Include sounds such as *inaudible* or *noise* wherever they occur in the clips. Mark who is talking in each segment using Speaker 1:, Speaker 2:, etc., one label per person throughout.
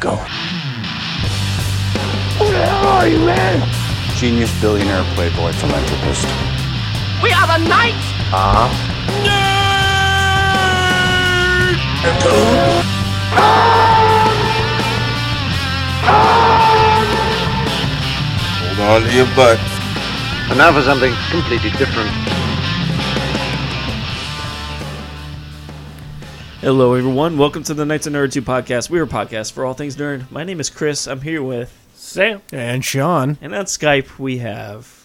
Speaker 1: Go. Who the hell are you, man? Genius, billionaire, playboy, philanthropist.
Speaker 2: We are the knights
Speaker 1: Ah.
Speaker 3: Hold on to your butts.
Speaker 4: And now for something completely different.
Speaker 5: Hello, everyone. Welcome to the Knights of Nerd 2 podcast. We are a podcast for all things nerd. My name is Chris. I'm here with Sam.
Speaker 6: And Sean.
Speaker 5: And on Skype, we have.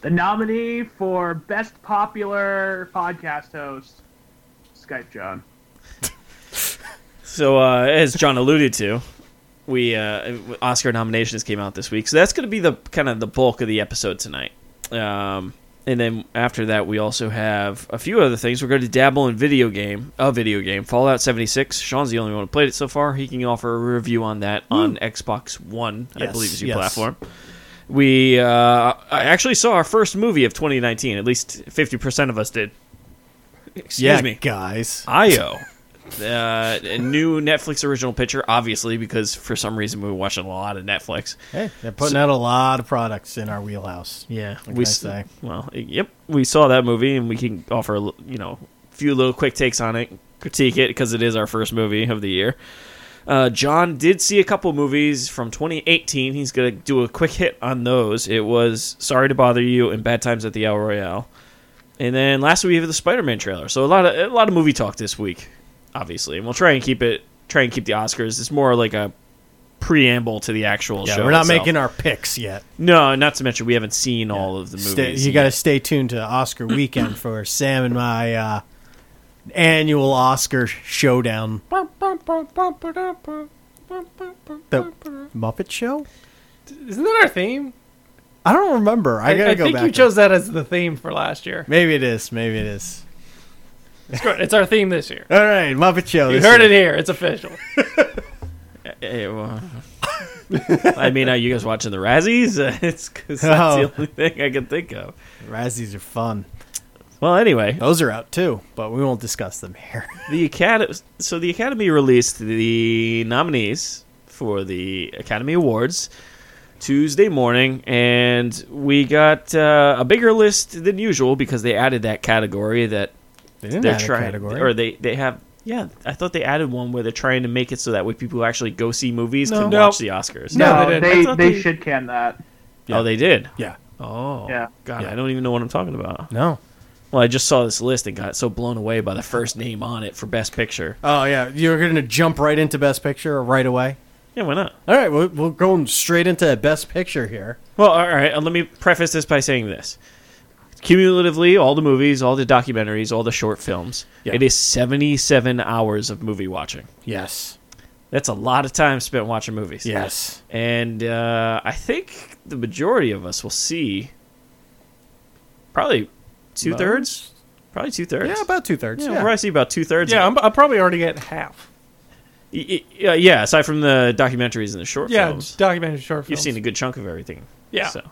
Speaker 7: The nominee for Best Popular Podcast Host, Skype John.
Speaker 5: So, uh, as John alluded to, we uh, Oscar nominations came out this week. So that's going to be the kind of the bulk of the episode tonight. Um, and then after that, we also have a few other things. We're going to dabble in video game, a video game, Fallout 76. Sean's the only one who played it so far. He can offer a review on that on Xbox One, I
Speaker 6: Yes,
Speaker 5: believe is your
Speaker 6: yes.
Speaker 5: platform. We uh, I actually saw our first movie of 2019. At least 50% of us did. Excuse
Speaker 6: yeah,
Speaker 5: me.
Speaker 6: guys.
Speaker 5: Io. *laughs* Uh, a new Netflix original picture, obviously, because for some reason we were watching a lot of Netflix.
Speaker 6: Hey, they're putting out a lot of products in our wheelhouse.
Speaker 5: Yeah,
Speaker 6: What
Speaker 5: we
Speaker 6: can I
Speaker 5: s-
Speaker 6: say?
Speaker 5: well, yep, we saw that movie, and we can offer a l- you know few little quick takes on it, critique it because it is our first movie of the year. Uh, John did see a couple movies from 2018. He's gonna do a quick hit on those. It was Sorry to Bother You and Bad Times at the El Royale, and then last week we have the Spider-Man trailer. So a lot of a lot of movie talk this week, obviously, and we'll try and keep it try and keep the Oscars. It's more like a preamble to the actual
Speaker 6: Yeah,
Speaker 5: show.
Speaker 6: we're not
Speaker 5: itself.
Speaker 6: making our picks yet.
Speaker 5: no, not to mention we haven't seen all of the movies.
Speaker 6: Stay, you
Speaker 5: yet.
Speaker 6: got to stay tuned to Oscar weekend for Sam and my uh, annual Oscar showdown. The Muppet Show?
Speaker 8: Isn't that our theme?
Speaker 6: I don't remember. I, gotta go
Speaker 8: think
Speaker 6: back.
Speaker 8: you
Speaker 5: *laughs*
Speaker 8: chose that as the theme for last year.
Speaker 6: Maybe it is. Maybe it is.
Speaker 8: It's gr- it's our theme this year.
Speaker 6: All right, Muppet Show.
Speaker 8: You
Speaker 6: this
Speaker 8: heard
Speaker 6: is-
Speaker 8: it here. It's official.
Speaker 5: Eh, well, I mean, are you guys watching the Razzies? *laughs* Uh, it's 'cause that's
Speaker 6: No.
Speaker 5: the only thing I can think of.
Speaker 6: Razzies are fun.
Speaker 5: Well, anyway,
Speaker 6: Those are out too, but we won't discuss them here.
Speaker 5: the Academy. So the Academy released the nominees for the Academy Awards Tuesday morning, and we got uh, a bigger list than usual because they added that category that
Speaker 6: *laughs* They didn't
Speaker 5: they're
Speaker 6: add a
Speaker 5: trying,
Speaker 6: category.
Speaker 5: or they they have. Yeah, I thought they added one where they're trying to make it so that way people who actually go see movies
Speaker 6: No.
Speaker 5: can
Speaker 8: No.
Speaker 5: watch the Oscars.
Speaker 8: No,
Speaker 7: they
Speaker 8: they didn't.
Speaker 5: I
Speaker 7: they,
Speaker 5: thought they-
Speaker 7: should can that.
Speaker 5: Oh, they did.
Speaker 6: yeah.
Speaker 5: Oh,
Speaker 7: Yeah.
Speaker 5: God,
Speaker 6: Yeah.
Speaker 5: I don't even know what I'm talking about.
Speaker 6: No.
Speaker 5: Well, I just saw this list and got so blown away by the first name on it for Best Picture.
Speaker 6: Oh yeah, you're going to jump right into Best Picture right away.
Speaker 5: Yeah, why not?
Speaker 6: All right, we're, we're going straight into Best Picture here.
Speaker 5: Well, all right. uh, Let me preface this by saying this: cumulatively, all the movies, all the documentaries, all the short films,
Speaker 6: Yeah.
Speaker 5: it is 77 hours of movie watching.
Speaker 6: Yes.
Speaker 5: That's a lot of time spent watching movies.
Speaker 6: Yes.
Speaker 5: and uh, I think the majority of us will see probably two thirds, probably two thirds.
Speaker 6: Yeah, about two thirds.
Speaker 5: yeah,
Speaker 6: Yeah,
Speaker 5: we'll probably see about two thirds.
Speaker 8: Yeah, I'm, I'm probably already at half.
Speaker 5: Y- y- uh, yeah, aside from the documentaries and the short
Speaker 8: Yeah,
Speaker 5: films,
Speaker 8: documentary short
Speaker 5: you've
Speaker 8: films.
Speaker 5: seen a good chunk of everything.
Speaker 8: Yeah.
Speaker 5: So.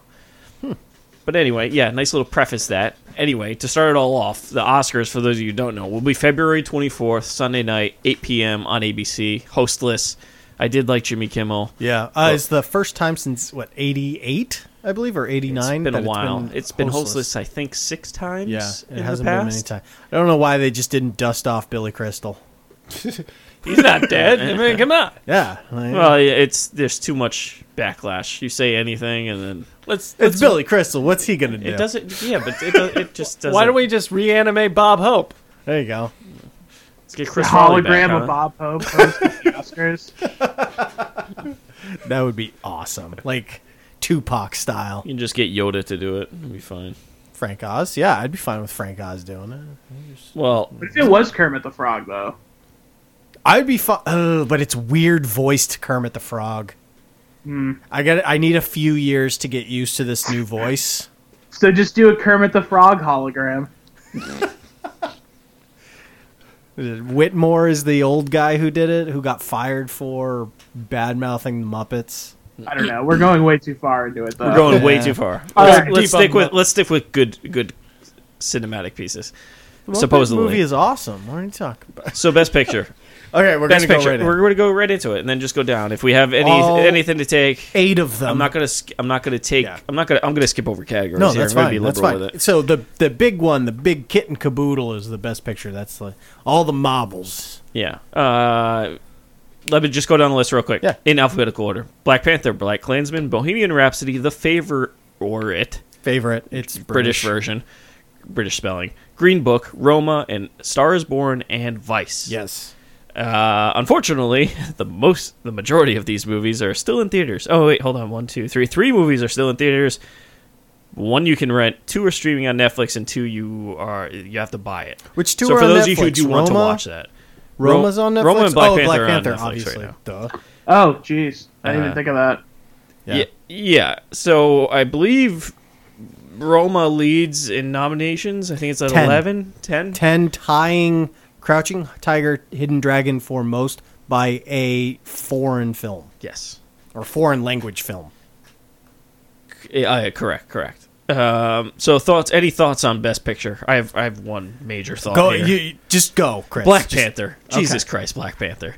Speaker 5: But anyway, yeah, nice little preface that. Anyway, to start it all off, the Oscars, for those of you who don't know, will be February 24th, Sunday night, 8 p.m. on ABC, hostless. I did like Jimmy Kimmel.
Speaker 6: Yeah, uh, it's the first time since what '88, I believe, or
Speaker 5: It's
Speaker 6: '89.
Speaker 5: been a while. it's been hostless, I think, six times.
Speaker 6: Yeah,
Speaker 5: in
Speaker 6: it
Speaker 5: the
Speaker 6: hasn't been many
Speaker 5: past.
Speaker 6: times. I don't know why they just didn't dust off Billy Crystal.
Speaker 8: He's not dead. I mean, come on.
Speaker 6: Yeah, like,
Speaker 5: Well, yeah, it's there's too much backlash. You say anything, and then
Speaker 8: Let's.
Speaker 6: it's
Speaker 8: let's
Speaker 6: Billy Crystal. What's he gonna do?
Speaker 5: it doesn't. Yeah, but it, do- it
Speaker 6: *laughs*
Speaker 5: just doesn't.
Speaker 8: why don't we just reanimate Bob Hope?
Speaker 6: There you go.
Speaker 5: let's get Chris
Speaker 7: the
Speaker 5: Farley
Speaker 7: hologram
Speaker 5: back,
Speaker 7: of
Speaker 5: huh?
Speaker 7: Bob Hope hosting
Speaker 5: *laughs*
Speaker 7: the Oscars.
Speaker 6: That would be awesome, like Tupac style.
Speaker 5: You can just get Yoda to do it. It'll be fine.
Speaker 6: Frank Oz. Yeah, I'd be fine with Frank Oz doing it.
Speaker 5: Well,
Speaker 7: What if it was Kermit the Frog though?
Speaker 6: I'd be fine, but it's weird voiced Kermit the Frog. I got. I need a few years to get used to this new voice.
Speaker 7: So just do a Kermit the Frog hologram.
Speaker 6: Whitmore is the old guy who did it, who got fired for bad mouthing the Muppets.
Speaker 7: I don't know. We're going way too far into it though.
Speaker 5: we're going way
Speaker 6: Yeah.
Speaker 5: too far.
Speaker 8: All
Speaker 5: let's
Speaker 8: right,
Speaker 5: let's
Speaker 8: debunk
Speaker 5: stick with
Speaker 8: that.
Speaker 5: let's stick with good good cinematic pieces.
Speaker 6: The Muppet
Speaker 5: Supposedly.
Speaker 6: movie is awesome. What are you talking about?
Speaker 5: So best picture.
Speaker 6: Okay, *laughs* we're
Speaker 5: Best
Speaker 6: gonna go
Speaker 5: picture.
Speaker 6: right in.
Speaker 5: We're going to go right into it, and then just go down. If we have any
Speaker 6: All-
Speaker 5: anything to take,
Speaker 6: Eight of them.
Speaker 5: I'm not gonna. sk- I'm not gonna take.
Speaker 6: Yeah.
Speaker 5: I'm not gonna. I'm gonna skip over categories.
Speaker 6: No,
Speaker 5: here.
Speaker 6: that's
Speaker 5: I'm gonna
Speaker 6: fine.
Speaker 5: Be
Speaker 6: That's
Speaker 5: liberal
Speaker 6: fine.
Speaker 5: With it.
Speaker 6: So the the big one, the big kit and caboodle, is the best picture. That's the, all the marbles.
Speaker 5: Yeah. Uh, let me just go down the list real quick.
Speaker 6: Yeah.
Speaker 5: In alphabetical order: Black Panther, Black Klansman, Bohemian Rhapsody, The Favor, or it
Speaker 6: Favorite. It's
Speaker 5: British.
Speaker 6: British.
Speaker 5: version, British spelling. Green Book, Roma, and Star Is Born, and Vice.
Speaker 6: Yes.
Speaker 5: Uh, unfortunately, *laughs* the most, the majority of these movies are still in theaters. Oh wait, hold on, one, two, three. Three movies are still in theaters. One you can rent, two are streaming on Netflix, and two you are you have to buy it.
Speaker 6: Which two
Speaker 5: so
Speaker 6: are
Speaker 5: for
Speaker 6: on
Speaker 5: those of you who
Speaker 6: Netflix?
Speaker 5: do want to
Speaker 6: Roma?
Speaker 5: watch that, Ro-
Speaker 6: Roma's on Netflix.
Speaker 5: Roma and Black
Speaker 6: oh,
Speaker 5: Panther
Speaker 6: Black
Speaker 5: are on
Speaker 6: Panther,
Speaker 5: Netflix right
Speaker 6: obviously.
Speaker 5: now.
Speaker 6: Duh.
Speaker 7: Oh, jeez. I didn't
Speaker 5: Uh,
Speaker 7: even think of that.
Speaker 5: yeah. yeah. So I believe Roma leads in nominations. I think it's at
Speaker 6: Ten.
Speaker 5: 11, 10?
Speaker 6: Ten tying Crouching Tiger, Hidden Dragon for most by a foreign film
Speaker 5: Yes.
Speaker 6: or foreign language film.
Speaker 5: Yeah, yeah, correct, correct. Um, so thoughts? Any thoughts on Best Picture? I have I have one major thought.
Speaker 6: Go,
Speaker 5: Oh, here.
Speaker 6: you, you- just go, Chris.
Speaker 5: Black
Speaker 6: Just-
Speaker 5: Panther. Jesus Christ, Black Panther.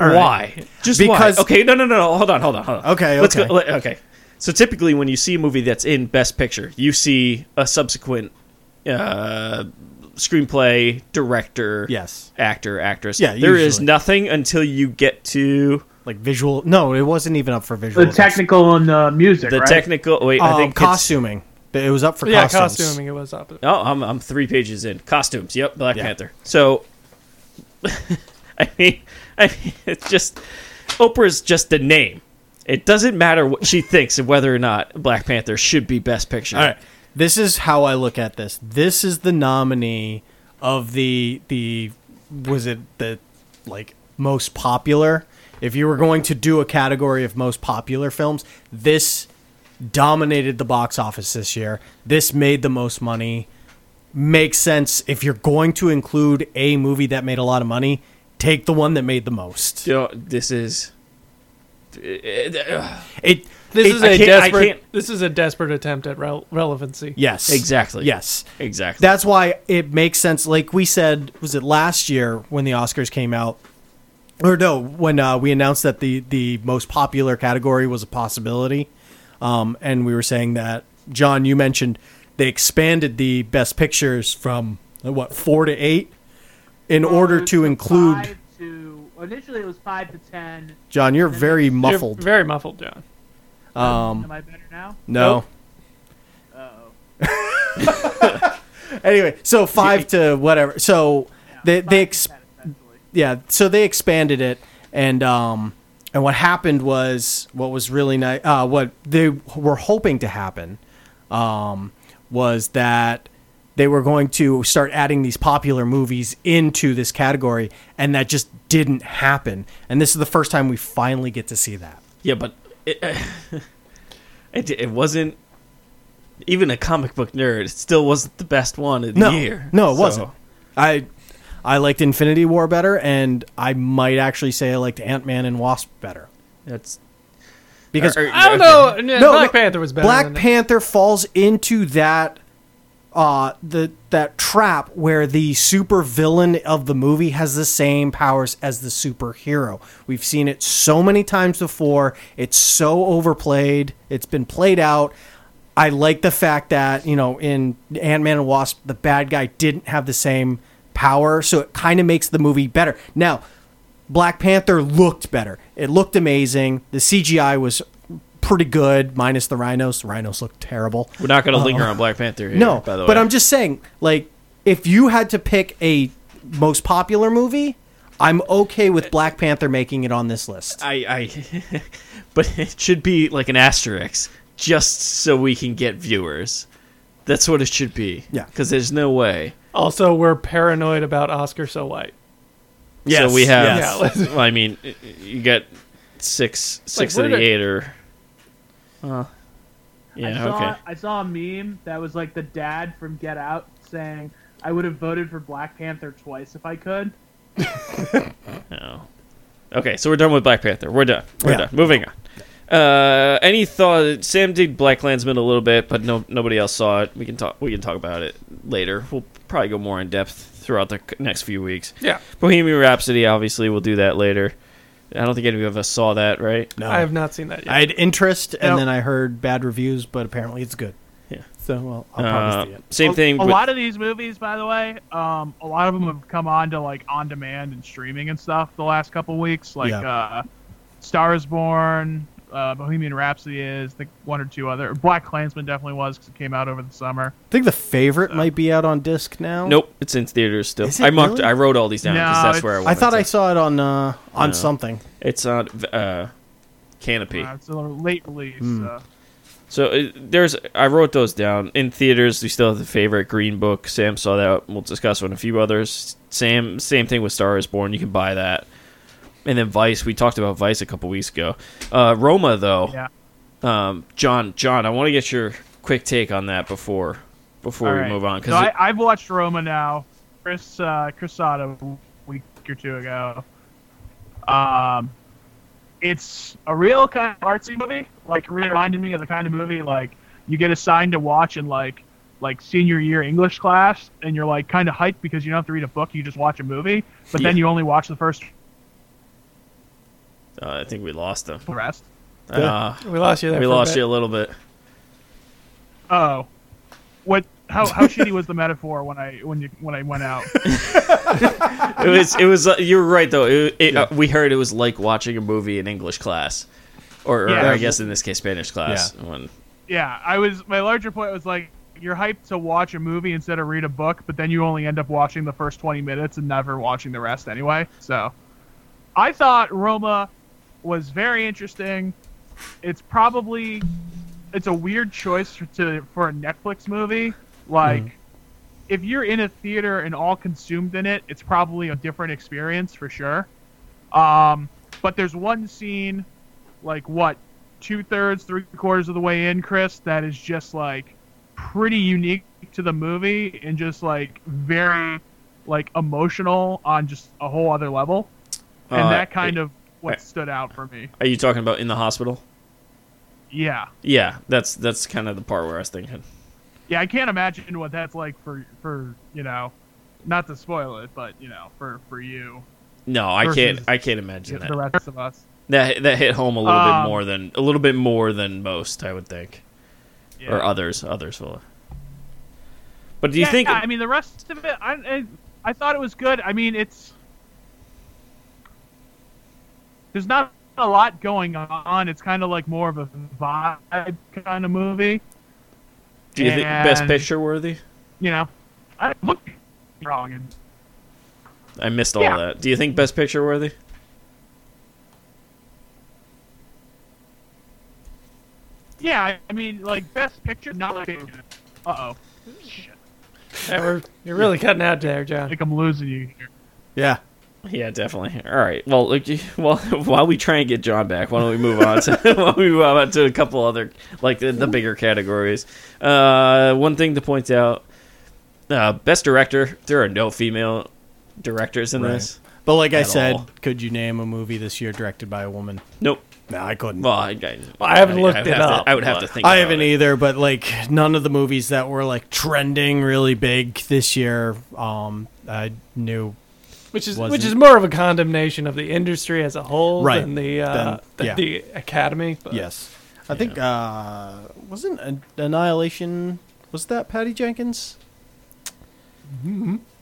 Speaker 6: right.
Speaker 5: Why? Just
Speaker 6: Because-
Speaker 5: why? Okay, no, no, no, no. Hold on, hold on, hold on.
Speaker 6: Okay,
Speaker 5: Let's
Speaker 6: okay.
Speaker 5: Go, let- okay. So typically, when you see a movie that's in Best Picture, you see a subsequent uh, screenplay, director,
Speaker 6: Yes.
Speaker 5: actor, actress.
Speaker 6: Yeah,
Speaker 5: there is
Speaker 6: usually.
Speaker 5: nothing until you get to
Speaker 6: Like visual. No, it wasn't even up for
Speaker 7: The
Speaker 6: visual.
Speaker 7: technical and uh, music,
Speaker 5: the
Speaker 7: right?
Speaker 5: technical. Wait,
Speaker 6: Um,
Speaker 5: I think it's-
Speaker 6: costuming. It was up for
Speaker 8: yeah,
Speaker 6: costumes.
Speaker 8: costuming it was up.
Speaker 5: Oh, I'm I'm three pages in. Costumes. Yep, Black
Speaker 6: Yeah.
Speaker 5: Panther. So, *laughs* I mean, I mean, it's just Oprah's just a name. It doesn't matter what she thinks of whether or not Black Panther should be Best Picture.
Speaker 6: All right. This is how I look at this. This is the nominee of the the was it the like most popular. If you were going to do a category of most popular films, this dominated the box office this year. This made the most money. Makes sense if you're going to include a movie that made a lot of money, take the one that made the most.
Speaker 5: You know, this is. Ugh.
Speaker 6: It
Speaker 8: This
Speaker 6: it-
Speaker 8: is
Speaker 5: I
Speaker 8: a
Speaker 5: can't- I
Speaker 8: desperate.
Speaker 5: can't-
Speaker 8: This is a desperate attempt at rel- relevancy.
Speaker 6: yes.
Speaker 5: Exactly.
Speaker 6: Yes.
Speaker 5: Exactly.
Speaker 6: That's why it makes sense. Like we said, was it last year when the Oscars came out? Or no, when uh, we announced that the, the most popular category was a possibility. Um, and we were saying that, John, you mentioned they expanded the best pictures from, uh, what, four to eight in order to include.
Speaker 7: Five to, initially, it was five to ten.
Speaker 6: John, you're very
Speaker 8: You're
Speaker 6: muffled.
Speaker 8: very muffled, John.
Speaker 7: Am I better now?
Speaker 6: No. oh *laughs* anyway,
Speaker 8: *laughs*
Speaker 6: so five to whatever. So they they ex-
Speaker 7: Essentially.
Speaker 6: yeah, so they expanded it, and um, and what happened was what was really nice. Uh, what they were hoping to happen, um, was that they were going to start adding these popular movies into this category, and that just didn't happen. And this is the first time we finally get to see that.
Speaker 5: Yeah, but it, *laughs* it it wasn't even a comic book nerd. It still wasn't the best one of the
Speaker 6: no,
Speaker 5: year.
Speaker 6: No, it
Speaker 5: So-
Speaker 6: wasn't. I I liked Infinity War better, and I might actually say I liked Ant Man and Wasp better
Speaker 5: That's
Speaker 6: because
Speaker 5: Are-
Speaker 8: I don't know. yeah, Black Panther was better.
Speaker 6: Black
Speaker 8: than
Speaker 6: Panther falls into that uh the that trap where the super villain of the movie has the same powers as the superhero. We've seen it so many times before. It's so overplayed. It's been played out. I like the fact that, you know, in Ant-Man and Wasp, the bad guy didn't have the same power, so it kind of makes the movie better. Now, Black Panther looked better. It looked amazing. The CGI was pretty good, minus the rhinos. The rhinos looked terrible.
Speaker 5: we're not going to linger on Black Panther. Here,
Speaker 6: Oh. No,
Speaker 5: by the way,
Speaker 6: but I'm just saying, like, if you had to pick a most popular movie, I'm okay with Black Panther making it on this list.
Speaker 5: I, I *laughs* but it should be like an asterisk just so we can get viewers. That's what it should be.
Speaker 6: Yeah.
Speaker 5: Because there's no way.
Speaker 8: that. Also, we're paranoid about Oscar so white.
Speaker 5: so we have.
Speaker 8: yes. Yeah, let's-
Speaker 5: well, *laughs* I mean, y- y- you get six, six
Speaker 8: where
Speaker 5: of the
Speaker 8: did-
Speaker 5: eight or. Uh,
Speaker 7: I
Speaker 5: yeah.
Speaker 7: saw,
Speaker 5: Okay.
Speaker 7: I saw a meme that was like the dad from Get Out saying, "I would have voted for Black Panther twice if I could."
Speaker 5: No. Oh. Okay. So we're done with Black Panther. We're done. We're
Speaker 6: Yeah.
Speaker 5: done. Moving on. Uh, any thought? Sam did Black Landsman a little bit, but no, nobody else saw it. We can talk. We can talk about it later. We'll probably go more in depth throughout the c- next few weeks.
Speaker 8: Yeah.
Speaker 5: Bohemian Rhapsody, obviously, we'll do that later. I don't think any of us saw that, right?
Speaker 6: No,
Speaker 8: I have not seen that yet.
Speaker 6: I had interest, and
Speaker 8: Nope.
Speaker 6: then I heard bad reviews, but apparently it's good.
Speaker 5: Yeah.
Speaker 6: So well, I'll
Speaker 5: Uh,
Speaker 6: probably see it.
Speaker 5: same
Speaker 3: a,
Speaker 5: thing.
Speaker 3: A
Speaker 5: with,
Speaker 3: lot of these movies, by the way, um, a lot of them have come on to like on demand and streaming and stuff the last couple weeks. Like
Speaker 6: Yeah.
Speaker 3: uh, Star is Born, uh, Bohemian Rhapsody is, I think one or two other. Black Klansman definitely was 'cause it came out over the summer.
Speaker 6: I think the favorite might be out on disc now.
Speaker 5: nope, it's in theaters still.
Speaker 6: Is it
Speaker 5: I marked.
Speaker 6: really?
Speaker 5: I wrote all these down because
Speaker 3: No,
Speaker 5: that's where I.
Speaker 3: it's-
Speaker 5: Wanted
Speaker 6: I thought
Speaker 5: to.
Speaker 6: I saw it on uh, on
Speaker 5: No.
Speaker 6: something.
Speaker 5: It's on uh, Canopy.
Speaker 3: Uh, it's a little late release.
Speaker 5: Hmm.
Speaker 3: so.
Speaker 5: So uh, there's, I wrote those down in theaters. We still have the favorite Green Book. Sam saw that. We'll discuss on a few others. Sam, same thing with Star Is Born. You can buy that. And then Vice. We talked about Vice a couple weeks ago. Uh, Roma though.
Speaker 3: Yeah.
Speaker 5: Um, John, John, I want to get your quick take on that before before
Speaker 3: All
Speaker 5: we
Speaker 3: right.
Speaker 5: move on
Speaker 3: so
Speaker 5: because
Speaker 3: I, I've watched Roma now. Chris uh, Chris saw it a week or two ago. Um, it's a real kind of artsy movie. Like really reminded me of the kind of movie like you get assigned to watch in like like senior year English class, and you're like kind of hyped because you don't have to read a book. You just watch a movie, but then
Speaker 5: Yeah.
Speaker 3: you only watch the first
Speaker 5: uh, I think we lost them.
Speaker 3: the rest.
Speaker 5: Uh,
Speaker 8: we lost you there.
Speaker 5: we
Speaker 8: for a
Speaker 5: lost
Speaker 8: bit.
Speaker 5: you a little
Speaker 3: *laughs*
Speaker 5: bit.
Speaker 3: Oh, what? How,
Speaker 5: *laughs*
Speaker 3: how shitty was the metaphor when I when you when I went out?
Speaker 5: It was. It was. Uh, you were right though. It, it, uh, we heard it was like watching a movie in English class, or, or
Speaker 3: Yeah.
Speaker 5: I guess in this case Spanish class. When
Speaker 3: Yeah, I was. My larger point was like you're hyped to watch a movie instead of read a book, but then you only end up watching the first 20 minutes and never watching the rest anyway. So, I thought Roma was very interesting. It's probably it's a weird choice for, to for a Netflix movie. Like, if you're in a theater and all consumed in it, it's probably a different experience for sure. Um, but there's one scene, like what, two thirds, three quarters of the way in, Chris, that is just like pretty unique to the movie and just like very like emotional on just a whole other level. And
Speaker 5: Uh,
Speaker 3: that kind
Speaker 5: it-
Speaker 3: of what
Speaker 5: I-
Speaker 3: stood out for me.
Speaker 5: Are you talking about in the hospital?
Speaker 3: Yeah.
Speaker 5: Yeah, that's that's kind of the part where I was thinking.
Speaker 3: Yeah, I can't imagine what that's like for for, you know, not to spoil it, but you know, for for you,
Speaker 5: No, I can't.
Speaker 3: Versus-
Speaker 5: I can't imagine
Speaker 3: the
Speaker 5: that.
Speaker 3: rest of us.
Speaker 5: That that hit home a little
Speaker 3: Um,
Speaker 5: bit more than a little bit more than most, I would think,
Speaker 3: Yeah.
Speaker 5: or others. Others will. But do you
Speaker 3: yeah,
Speaker 5: think?
Speaker 3: yeah, I mean, the rest of it, I, I, I thought it was good. I mean, it's there's not a lot going on. It's kind of like more of a vibe kind of movie.
Speaker 5: do you think best
Speaker 3: and-
Speaker 5: picture worthy?
Speaker 3: You know, I look wrong and
Speaker 5: I missed all
Speaker 3: Yeah.
Speaker 5: that. Do you think best picture worthy?
Speaker 3: yeah. I- I mean, like best picture, not like. Uh oh,
Speaker 8: Yeah, we're, you're really cutting out there,
Speaker 3: I
Speaker 8: John.
Speaker 3: think I'm losing you here.
Speaker 6: Yeah.
Speaker 5: Yeah, definitely. All right. Well, look, *laughs* you- well, while we try and get John back, why don't we move on to *laughs* why don't we move on to a couple other like the, the bigger categories. Uh, one thing to point out: uh, best director. There are no female directors in
Speaker 6: Right.
Speaker 5: this.
Speaker 6: But like I
Speaker 5: At
Speaker 6: said,
Speaker 5: all.
Speaker 6: could you name a movie this year directed by a woman?
Speaker 5: Nope.
Speaker 6: No, I couldn't.
Speaker 5: Well, I, I,
Speaker 8: I haven't looked
Speaker 5: would
Speaker 8: it
Speaker 5: have to-
Speaker 8: up,
Speaker 5: I would have
Speaker 8: but-
Speaker 5: to think.
Speaker 6: I
Speaker 5: about
Speaker 6: haven't
Speaker 5: it.
Speaker 6: either, but like none of the movies that were like trending really big this year, um, I knew
Speaker 8: Which is
Speaker 6: Wasn't-
Speaker 8: which is more of a condemnation of the industry as a whole
Speaker 6: Right.
Speaker 8: than the uh,
Speaker 6: Than-
Speaker 8: the,
Speaker 6: yeah.
Speaker 8: the academy. But
Speaker 6: Yes. I think uh wasn't An- Annihilation was that Patty Jenkins?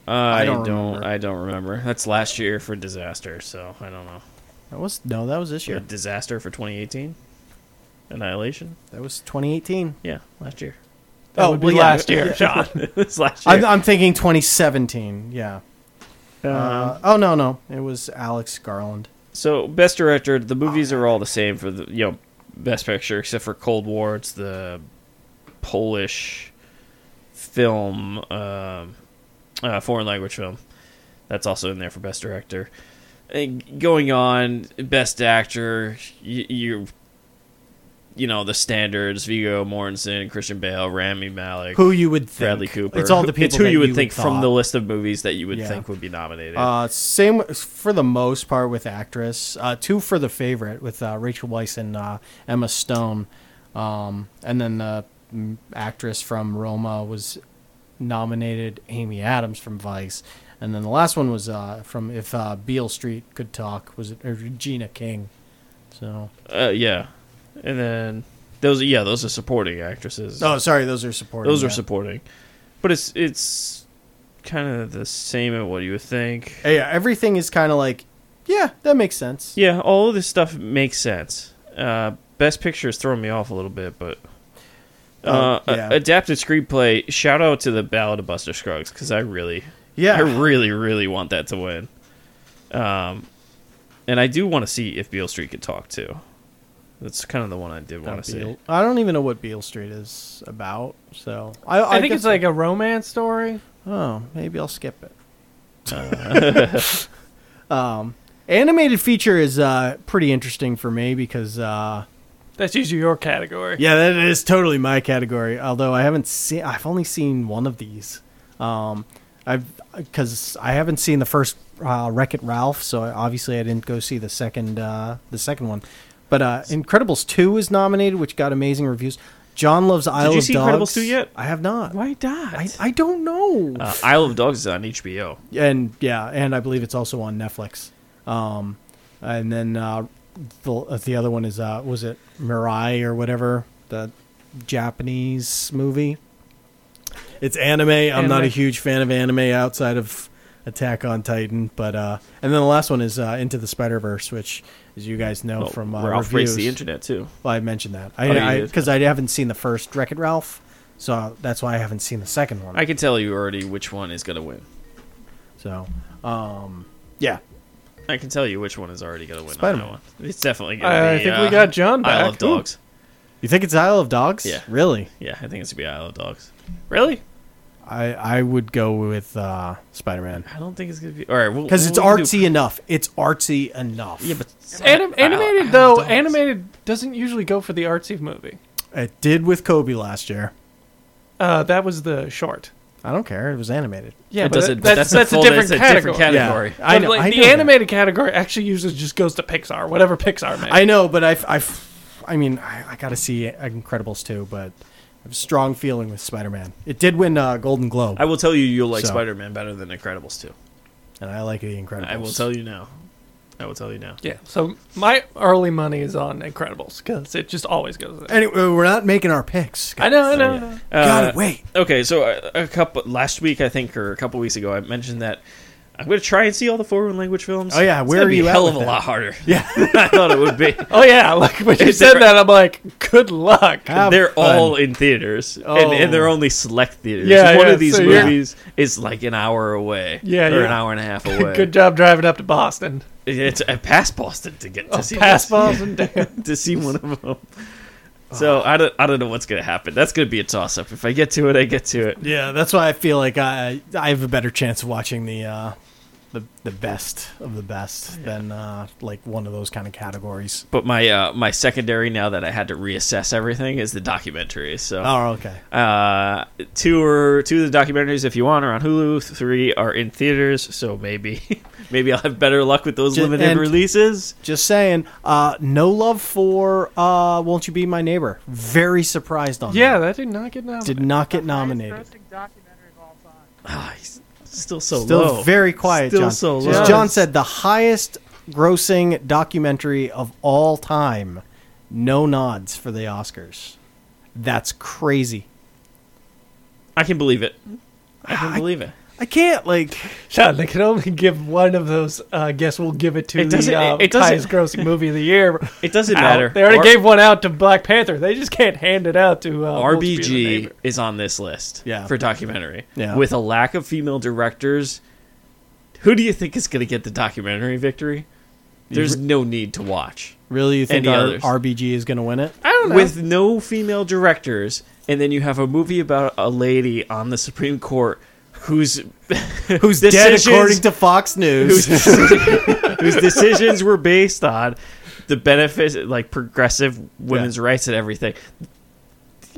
Speaker 5: Uh, I
Speaker 6: don't
Speaker 5: don't.
Speaker 6: remember.
Speaker 5: I don't remember. That's last year for disaster. So I don't know.
Speaker 6: That was no, that was this year.
Speaker 5: Disaster for 2018. Annihilation.
Speaker 6: That was 2018.
Speaker 5: Yeah, last year.
Speaker 8: that would be
Speaker 6: well, yeah.
Speaker 5: *laughs*
Speaker 8: last year, John.
Speaker 5: it's last year.
Speaker 6: I'm, I'm thinking 2017. Yeah. Uh, oh no, no, it was Alex Garland.
Speaker 5: So best director, the movies are all the same for the you know best picture except for Cold War. It's the Polish film, um, uh, foreign language film. That's also in there for best director. And going on, best actor, you, you you know the standards: Vigo Mortensen, Christian Bale, Rami Malek,
Speaker 6: Who you would think?
Speaker 5: Bradley Cooper.
Speaker 6: It's all the people.
Speaker 5: It's who
Speaker 6: that
Speaker 5: you would think from
Speaker 6: thought.
Speaker 5: the list of movies that you would
Speaker 6: Yeah.
Speaker 5: think would be nominated.
Speaker 6: Uh, same for the most part with actress. Uh, two for the favorite with uh, Rachel Weisz and uh, Emma Stone, um, and then the mm, actress from Roma was nominated Amy Adams from Vice, And then the last one was uh, from if uh, Beale Street could talk was it or Regina King? So
Speaker 5: Uh, yeah, and then those. Yeah, those are supporting actresses.
Speaker 6: oh, sorry, those are supporting.
Speaker 5: those are
Speaker 6: yeah.
Speaker 5: supporting, but it's it's kind of the same at what you would think.
Speaker 6: Yeah, everything is kind of like, yeah, that makes sense.
Speaker 5: Yeah, all of this stuff makes sense. Uh, Best Picture is throwing me off a little bit, but uh,
Speaker 6: Oh, yeah.
Speaker 5: a- adapted screenplay. Shout out to the Ballad of Buster Scruggs because I really,
Speaker 6: Yeah.
Speaker 5: I really, really want that to win. Um, and I do want to see if Beale Street could talk too. That's kind of the one I did want to see.
Speaker 6: Beale- I don't even know what Beale Street is about, so I,
Speaker 8: I, think
Speaker 6: guess-
Speaker 8: it's like a romance story.
Speaker 6: Oh, maybe I'll skip it. Uh. *laughs* um, animated feature is uh, pretty interesting for me because uh,
Speaker 8: That's usually your category.
Speaker 6: yeah, that is totally my category. Although I haven't seen, I've only seen one of these. Um, I've because I haven't seen the first uh, Wreck It Ralph, so I, obviously I didn't go see the second uh, the second one. But uh, Incredibles two is nominated, which got amazing reviews. John loves Isle
Speaker 5: you
Speaker 6: of
Speaker 5: see Incredibles
Speaker 6: Dogs.
Speaker 5: 2 yet?
Speaker 6: I have not.
Speaker 5: Why not?
Speaker 6: I, I don't know.
Speaker 5: uh, Isle of Dogs is on HBO.
Speaker 6: and yeah, and I believe it's also on Netflix. Um, and then uh, the uh, the other one is uh, was it Mirai or whatever the Japanese movie. It's anime. I'm not a
Speaker 8: Anime.
Speaker 6: huge fan of anime outside of Attack on Titan, but uh, and then the last one is uh, Into the Spider Verse, which, as you guys know
Speaker 5: Oh,
Speaker 6: from uh,
Speaker 5: Ralph Breaks
Speaker 6: reviews,
Speaker 5: the Internet too.
Speaker 6: well, I mentioned that
Speaker 5: Oh, you
Speaker 6: I
Speaker 5: did.
Speaker 6: because I, haven't seen the first Wreck It Ralph, so that's why I haven't seen the second one.
Speaker 5: I can tell you already which one is gonna win.
Speaker 6: so, um, yeah,
Speaker 5: I can tell you which one is already going to win.
Speaker 6: Spider-Man.
Speaker 5: On that one. It's definitely going to
Speaker 8: I
Speaker 5: be.
Speaker 8: think
Speaker 5: uh,
Speaker 8: we got John back.
Speaker 5: Isle of Dogs.
Speaker 6: You think it's Isle of Dogs?
Speaker 5: Yeah.
Speaker 6: Really?
Speaker 5: Yeah, I think it's going to be Isle of Dogs. Really?
Speaker 6: I, I would go with uh, Spider Man.
Speaker 5: I don't think it's going to be. All right.
Speaker 6: Because it's artsy enough. It's artsy enough.
Speaker 5: Yeah, but
Speaker 8: Anim-
Speaker 5: Isle
Speaker 8: animated though,
Speaker 5: Dogs.
Speaker 8: animated doesn't usually go for the artsy movie.
Speaker 6: It did with Kobe last year.
Speaker 8: Uh, that was the short.
Speaker 6: I don't care. It was animated.
Speaker 8: Yeah,
Speaker 5: It
Speaker 8: but
Speaker 5: doesn't-
Speaker 8: that- that's, that's, a,
Speaker 5: full-
Speaker 8: different category.
Speaker 5: category.
Speaker 6: Yeah. I
Speaker 8: But,
Speaker 6: know.
Speaker 8: like,
Speaker 6: I
Speaker 8: the
Speaker 6: know that.
Speaker 8: animated category actually usually just goes to Pixar, whatever Pixar makes.
Speaker 6: I know, but I, f- I, f- I mean, I, I got to see Incredibles too, but I have a strong feeling with Spider Man. It did win uh, Golden Globe,
Speaker 5: I will tell you, you'll like
Speaker 6: So.
Speaker 5: Spider Man better than Incredibles 2.
Speaker 6: and I like the Incredibles.
Speaker 5: I will tell you now. I will tell you now.
Speaker 8: yeah, so my early money is on Incredibles because it just always goes. There.
Speaker 6: Anyway, uh, we're not making our picks.
Speaker 5: *laughs*
Speaker 8: I know, I know. I know.
Speaker 6: Gotta
Speaker 5: Uh,
Speaker 6: wait.
Speaker 5: Okay, so uh, a, a couple last week, I think, or a couple weeks ago, I mentioned that I'm going to try and see all the foreign language films.
Speaker 6: Oh, yeah,
Speaker 5: It's
Speaker 6: where
Speaker 5: gonna
Speaker 6: are
Speaker 5: be
Speaker 6: you
Speaker 5: a
Speaker 6: at
Speaker 5: hell of
Speaker 6: with
Speaker 5: a
Speaker 6: that?
Speaker 5: lot harder.
Speaker 6: Yeah.
Speaker 5: I thought it would be.
Speaker 8: Oh yeah, like when you said
Speaker 5: different.
Speaker 8: that, I'm like, good luck.
Speaker 6: Have
Speaker 5: they're
Speaker 6: fun.
Speaker 5: all in theaters, and, and they're only select theaters.
Speaker 8: Yeah,
Speaker 5: one
Speaker 8: yeah,
Speaker 5: of these
Speaker 8: so you're-
Speaker 5: movies is like an hour away,
Speaker 8: Yeah,
Speaker 5: or
Speaker 8: yeah.
Speaker 5: an hour and a half away.
Speaker 8: Good job driving up to Boston.
Speaker 5: It's uh, past Boston to get to see
Speaker 8: Pass
Speaker 5: this-
Speaker 8: Boston.
Speaker 5: *laughs*
Speaker 8: Damn.
Speaker 5: to see one of them. So I don't, I don't know what's gonna happen. That's gonna be a toss up. If I get to it, I get to it.
Speaker 6: Yeah, that's why I feel like I I have a better chance of watching the uh, the the best of the best than uh, like one of those kind of categories.
Speaker 5: But my uh, my secondary now that I had to reassess everything is the documentaries. So
Speaker 6: Oh, okay.
Speaker 5: uh, two or two of the documentaries, if you want, are on Hulu. Three are in theaters. So maybe *laughs* maybe I'll have better luck with those
Speaker 6: Ju-
Speaker 5: limited
Speaker 6: and-
Speaker 5: releases.
Speaker 6: Just saying, uh, no love for uh, "Won't You Be My Neighbor." Very surprised on
Speaker 8: Yeah,
Speaker 6: that.
Speaker 8: that did not get nominated.
Speaker 6: Did not get
Speaker 7: Highest
Speaker 6: nominated.
Speaker 7: grossing documentary of all time.
Speaker 5: Ah, he's still so
Speaker 6: Still
Speaker 5: low.
Speaker 6: very quiet.
Speaker 5: Still
Speaker 6: John.
Speaker 5: so
Speaker 6: As
Speaker 5: low.
Speaker 6: John said the highest grossing documentary of all time. No nods for the Oscars. That's crazy.
Speaker 5: I can believe it. I can believe it.
Speaker 6: I can't like.
Speaker 8: Sean, they could only give one of those. I guess we'll give it to
Speaker 5: It doesn't-
Speaker 8: the uh,
Speaker 5: it- it doesn't-
Speaker 8: highest
Speaker 5: *laughs*
Speaker 8: grossing movie of the year.
Speaker 5: It doesn't
Speaker 8: Out.
Speaker 5: matter.
Speaker 8: They already
Speaker 5: R-
Speaker 8: gave one out to Black Panther. They just can't hand it out to uh, Wolf's Beautiful
Speaker 5: RBG
Speaker 8: Neighbor.
Speaker 5: is on this list
Speaker 6: Yeah.
Speaker 5: for documentary.
Speaker 6: Yeah.
Speaker 5: With a lack of female directors, who do you think is going to get the documentary victory? There's no need to watch.
Speaker 6: Really, you think
Speaker 5: Any
Speaker 6: our
Speaker 5: others?
Speaker 6: RBG is going to win it?
Speaker 8: I don't know.
Speaker 5: With no female directors, and then you have a movie about a lady on the Supreme Court *laughs* who's
Speaker 6: Who's
Speaker 5: decisions-
Speaker 6: dead according to Fox News? *laughs*
Speaker 5: whose decisions were based on the benefits, like progressive women's rights and everything.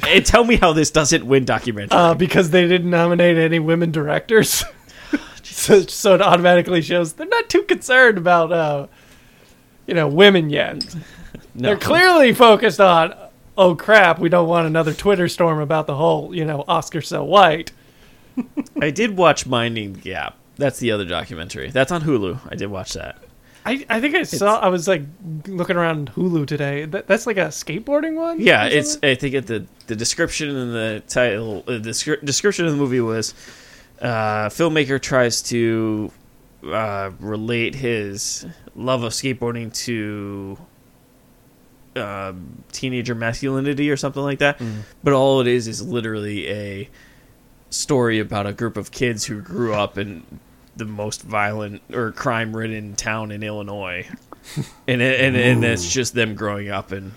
Speaker 5: And tell me how this doesn't win documentary.
Speaker 8: uh, because they didn't nominate any women directors. *laughs* so, so it automatically shows they're not too concerned about, uh, you know, women yet.
Speaker 5: no.
Speaker 8: They're clearly focused on, oh crap, we don't want another Twitter storm about the whole, you know, Oscar so white.
Speaker 5: I did watch Minding the Gap, That's the other documentary. That's on Hulu. I did watch that.
Speaker 8: I, I think I saw. I was like looking around Hulu today. That, that's like a skateboarding one.
Speaker 5: Yeah,
Speaker 8: or
Speaker 5: it's.
Speaker 8: something?
Speaker 5: I think it, the the description and the title, uh, the scr- description of the movie was, uh, filmmaker tries to uh, relate his love of skateboarding to um, teenager masculinity or something like that. But all it is is literally a story about a group of kids who grew up in the most violent or crime-ridden town in Illinois, and it, and and it's just them growing up and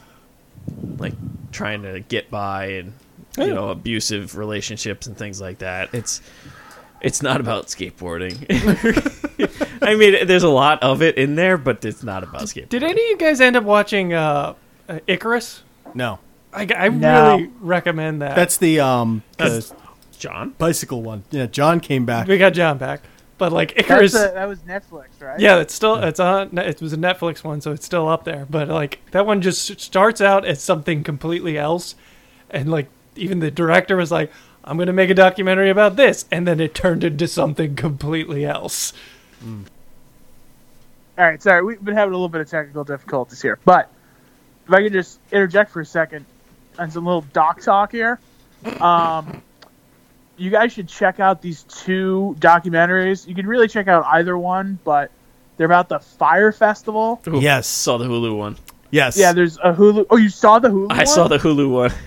Speaker 5: like trying to get by and you know abusive relationships and things like that. It's it's not about skateboarding. I mean, there's a lot of it in there, but it's not about skateboarding.
Speaker 8: Did any of you guys end up watching uh, uh, Icarus?
Speaker 6: No,
Speaker 8: I, I
Speaker 7: No.
Speaker 8: really recommend that.
Speaker 6: that's the um the
Speaker 5: John?
Speaker 6: bicycle one. Yeah, John came back.
Speaker 8: we got John back, but like Icarus.
Speaker 3: that was Netflix, right?
Speaker 8: Yeah, it's still it's on. It was a Netflix one, so it's still up there. But like that one just starts out as something completely else, and like even the director was like, "I'm gonna make a documentary about this," and then it turned into something completely else.
Speaker 3: All right, sorry, we've been having a little bit of technical difficulties here, but if I could just interject for a second on some little doc talk here, um, you guys should check out these two documentaries. You could really check out either one, but they're about the Fire Festival.
Speaker 5: Ooh,
Speaker 6: Yes.
Speaker 5: Saw the Hulu one.
Speaker 6: Yes.
Speaker 3: Yeah, there's a Hulu. Oh, you saw the Hulu?
Speaker 5: I saw the Hulu one. *laughs*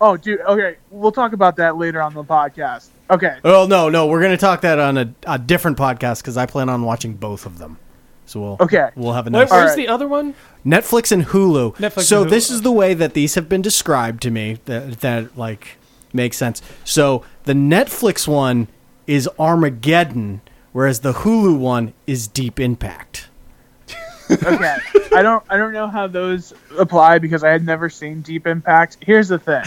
Speaker 3: Oh, dude. Okay, we'll talk about that later on the podcast. Okay.
Speaker 5: Oh,
Speaker 6: Well, no, no, we're gonna talk that on a, a different podcast because I plan on watching both of them. So we'll
Speaker 3: Okay.
Speaker 6: we'll have a
Speaker 8: Where-
Speaker 6: nice
Speaker 8: where's
Speaker 3: right.
Speaker 8: the other one?
Speaker 6: Netflix and Hulu.
Speaker 8: Netflix
Speaker 6: so
Speaker 8: and Hulu,
Speaker 6: this is the way that these have been described to me that that like makes sense. So the Netflix one is Armageddon, whereas the Hulu one is Deep Impact.
Speaker 3: Okay. I don't I don't know how those apply because I had never seen Deep Impact. Here's the thing.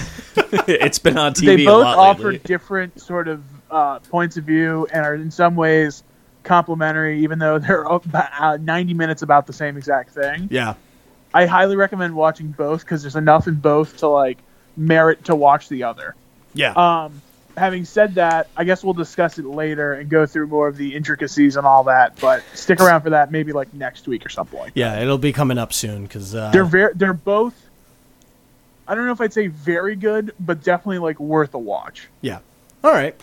Speaker 5: it's been on TV
Speaker 3: they
Speaker 5: a
Speaker 3: both
Speaker 5: lot
Speaker 3: offer
Speaker 5: lately.
Speaker 3: different sort of uh, points of view and are in some ways complementary, even though they're *laughs* about, uh, 90 minutes about the same exact thing.
Speaker 6: Yeah.
Speaker 3: I highly recommend watching both because there's enough in both to like merit to watch the other.
Speaker 6: Yeah.
Speaker 3: Um, having said that, I guess we'll discuss it later and go through more of the intricacies and all that. But stick around for that, maybe like next week or something like.
Speaker 6: yeah, it'll be coming up soon because uh,
Speaker 3: They're very, they're both. I don't know if I'd say very good, but definitely like worth a watch.
Speaker 6: yeah. All right.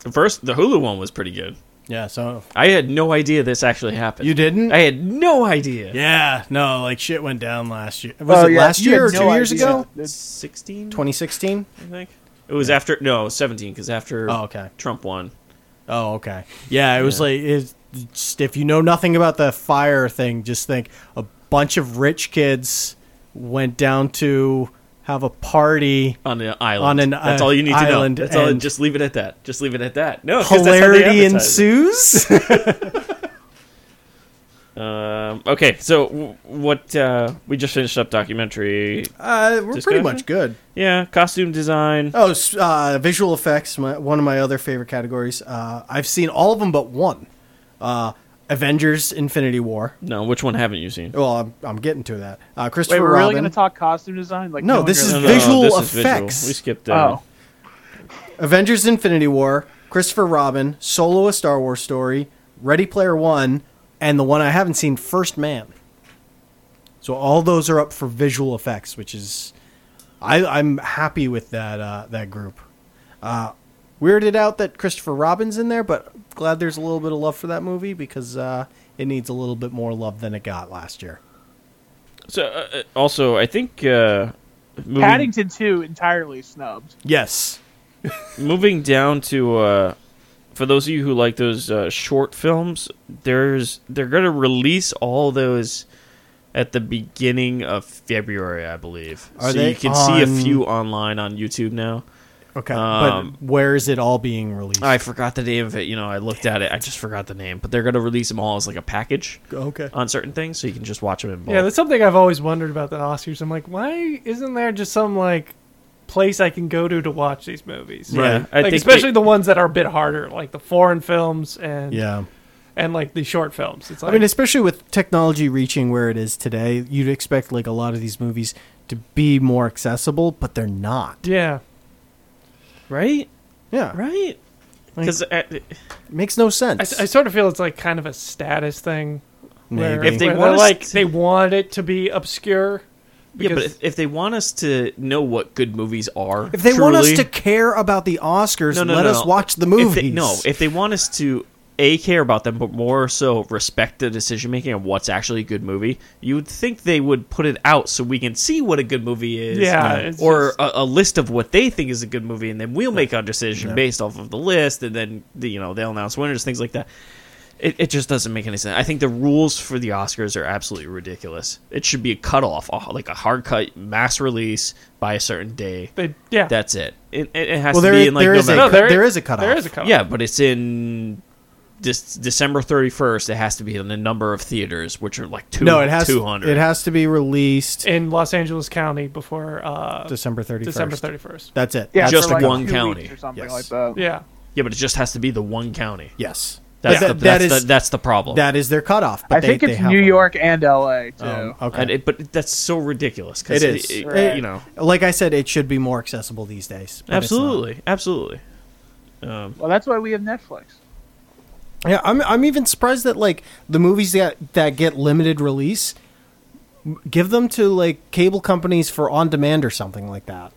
Speaker 5: The first, the Hulu one was pretty good.
Speaker 6: Yeah. So
Speaker 5: I had no idea this actually happened.
Speaker 6: you didn't.
Speaker 5: I had no idea.
Speaker 6: yeah. No, like shit went down last year. Was
Speaker 3: Oh,
Speaker 6: it
Speaker 3: yeah,
Speaker 6: last
Speaker 3: you
Speaker 6: year or
Speaker 3: had
Speaker 6: two
Speaker 3: no
Speaker 6: years
Speaker 3: idea.
Speaker 6: ago?
Speaker 3: It's-
Speaker 5: 16,
Speaker 6: 2016.
Speaker 5: I think. It was after, no, 17, because after
Speaker 6: Oh, okay.
Speaker 5: Trump won.
Speaker 6: Oh, okay. Yeah, it was like it's, just- if you know nothing about the fire thing, just think a bunch of rich kids went down to have a party.
Speaker 5: On an island.
Speaker 6: On an,
Speaker 5: That's
Speaker 6: uh,
Speaker 5: all you need
Speaker 6: island,
Speaker 5: to know. That's all.
Speaker 6: and-
Speaker 5: Just leave it at that. Just leave it at that. No, 'cause that's how they
Speaker 6: Hilarity
Speaker 5: advertise it.
Speaker 6: ensues.
Speaker 5: Um, okay, so w- what? Uh, we just finished up documentary.
Speaker 6: *laughs* uh, we're pretty
Speaker 5: Discussion?
Speaker 6: much good.
Speaker 5: Yeah, costume design.
Speaker 6: Oh, s- uh, visual effects, my, one of my other favorite categories. Uh, I've seen all of them but one. Uh, Avengers: Infinity War.
Speaker 5: No, which one haven't you seen?
Speaker 6: Well, I'm, I'm getting to that. Uh, Christopher
Speaker 3: Wait, we're
Speaker 6: Robin.
Speaker 3: really going to talk costume design? Like
Speaker 6: No,
Speaker 3: one
Speaker 6: this
Speaker 3: really-
Speaker 6: is visual
Speaker 5: this is
Speaker 6: effects.
Speaker 5: We skipped that.
Speaker 3: Oh,
Speaker 6: Avengers Infinity War, Christopher Robin, Solo a Star Wars story, Ready Player One, and the one I haven't seen, First Man. So all those are up for visual effects, which is I, I'm happy with that uh, that group. Uh, weirded out that Christopher Robin's in there, but glad there's a little bit of love for that movie because uh, it needs a little bit more love than it got last year.
Speaker 5: So uh, uh, also, I think uh, moving,
Speaker 3: Paddington Two entirely snubbed.
Speaker 6: Yes.
Speaker 5: moving down to uh, for those of you who like those uh, short films, there's they're gonna release all those at the beginning of February, I believe. so
Speaker 6: Are they
Speaker 5: you can see
Speaker 6: on-
Speaker 5: a few online on YouTube now.
Speaker 6: Okay.
Speaker 5: Um,
Speaker 6: but where is it all being released?
Speaker 5: I forgot the name of it. You know, I looked at it. I just forgot the name, but they're gonna release them all as like a package
Speaker 6: okay.
Speaker 5: on certain things, so you can just watch them in bulk.
Speaker 8: Yeah, that's something I've always wondered about the Oscars. I'm like, why isn't there just some like place I can go to to watch these movies?
Speaker 5: Yeah,
Speaker 8: Like,
Speaker 5: I think they-
Speaker 8: especially the ones that are a bit harder, like the foreign films and
Speaker 6: Yeah.
Speaker 8: and like the short films. It's
Speaker 6: I
Speaker 8: like
Speaker 6: mean, especially with technology reaching where it is today, you'd expect like a lot of these movies to be more accessible, but they're not.
Speaker 8: yeah.
Speaker 5: right,
Speaker 6: Yeah.
Speaker 5: right. Because
Speaker 6: makes no
Speaker 8: uh, I, I
Speaker 6: sense.
Speaker 8: sort of feel it's like kind of a status thing. where-
Speaker 6: Maybe.
Speaker 5: If they
Speaker 8: where
Speaker 5: want
Speaker 8: they're
Speaker 5: us
Speaker 8: like
Speaker 5: to-
Speaker 8: they want it to be obscure.
Speaker 5: yeah, but
Speaker 8: because-
Speaker 5: if, if they want us to know what good movies are,
Speaker 6: If they want us
Speaker 5: truly-
Speaker 6: to care about the Oscars,
Speaker 5: no, no,
Speaker 6: let
Speaker 5: no,
Speaker 6: us
Speaker 5: no.
Speaker 6: watch the
Speaker 5: If
Speaker 6: movies.
Speaker 5: they- no, if they want us to a care about them, but more so respect the decision making of what's actually a good movie, you would think they would put it out so we can see what a good movie is, uh,
Speaker 8: Yeah, it's
Speaker 5: or
Speaker 8: just-
Speaker 5: a, a list of what they think is a good movie, and then we'll make our decision based off of the list, and then the- you know they'll announce winners, things like that. It, it just doesn't make any sense. I think the rules for the Oscars are absolutely ridiculous. It should be a cutoff, a- like a hard cut mass release by a certain day.
Speaker 8: they, yeah,
Speaker 5: That's it. It, it, it has to
Speaker 6: well, there,
Speaker 5: be in like
Speaker 6: there is a
Speaker 5: November.
Speaker 8: No, there-
Speaker 6: there is a cutoff.
Speaker 8: there is a cutoff.
Speaker 5: Yeah, but it's in this December 31st. It has to be in a number of theaters, which are like two,
Speaker 6: no, it has
Speaker 5: 200.
Speaker 6: it has to be released
Speaker 8: in Los Angeles County before uh,
Speaker 6: December thirty first.
Speaker 8: December thirty first.
Speaker 6: That's it.
Speaker 3: Yeah,
Speaker 6: That's
Speaker 5: Just
Speaker 3: for like
Speaker 5: one
Speaker 3: two
Speaker 5: county.
Speaker 3: weeks or something
Speaker 6: Yes.
Speaker 3: like that.
Speaker 8: Yeah,
Speaker 5: yeah, but it just has to be the one county.
Speaker 6: Yes,
Speaker 5: That's,
Speaker 6: That-
Speaker 5: the,
Speaker 6: that
Speaker 5: that's,
Speaker 6: is-
Speaker 5: the, that's the problem.
Speaker 6: that is their cutoff. But
Speaker 3: I
Speaker 6: they-
Speaker 3: think
Speaker 6: they
Speaker 3: it's
Speaker 6: have
Speaker 3: New
Speaker 6: one.
Speaker 3: York and L.A. too.
Speaker 6: Um,
Speaker 5: And
Speaker 6: okay,
Speaker 5: it- but that's so ridiculous. 'cause
Speaker 6: it is.
Speaker 5: it-
Speaker 6: It-
Speaker 5: you know,
Speaker 6: like I said, it should be more accessible these days. but it's not.
Speaker 5: absolutely. Absolutely.
Speaker 3: Well, that's why we have Netflix.
Speaker 6: Yeah, I'm I'm even surprised that like the movies that that get limited release m- give them to like cable companies for on demand or something like that.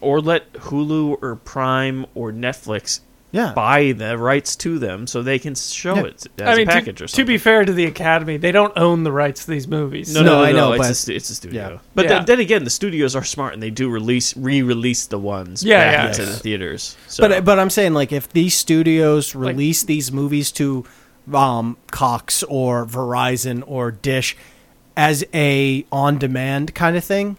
Speaker 5: Or let Hulu or Prime or Netflix
Speaker 6: Yeah.
Speaker 5: buy the rights to them so they can show
Speaker 6: Yeah.
Speaker 5: it as
Speaker 8: I mean,
Speaker 5: a
Speaker 8: to-
Speaker 5: package
Speaker 8: to,
Speaker 5: or something.
Speaker 8: be fair to the Academy, they don't own the rights to these movies.
Speaker 5: No,
Speaker 6: No,
Speaker 5: no, no,
Speaker 6: I know,
Speaker 5: It's,
Speaker 6: but-
Speaker 5: a, stu- it's a studio.
Speaker 6: Yeah.
Speaker 5: But
Speaker 8: Yeah.
Speaker 5: Then, then again, the studios are smart and they do release re-release the ones
Speaker 8: Yeah,
Speaker 5: back
Speaker 8: yeah.
Speaker 5: into
Speaker 8: Yeah.
Speaker 5: the theaters. So.
Speaker 6: But but I'm saying like if these studios release these movies to um, Cox or Verizon or Dish as a on demand kind of thing,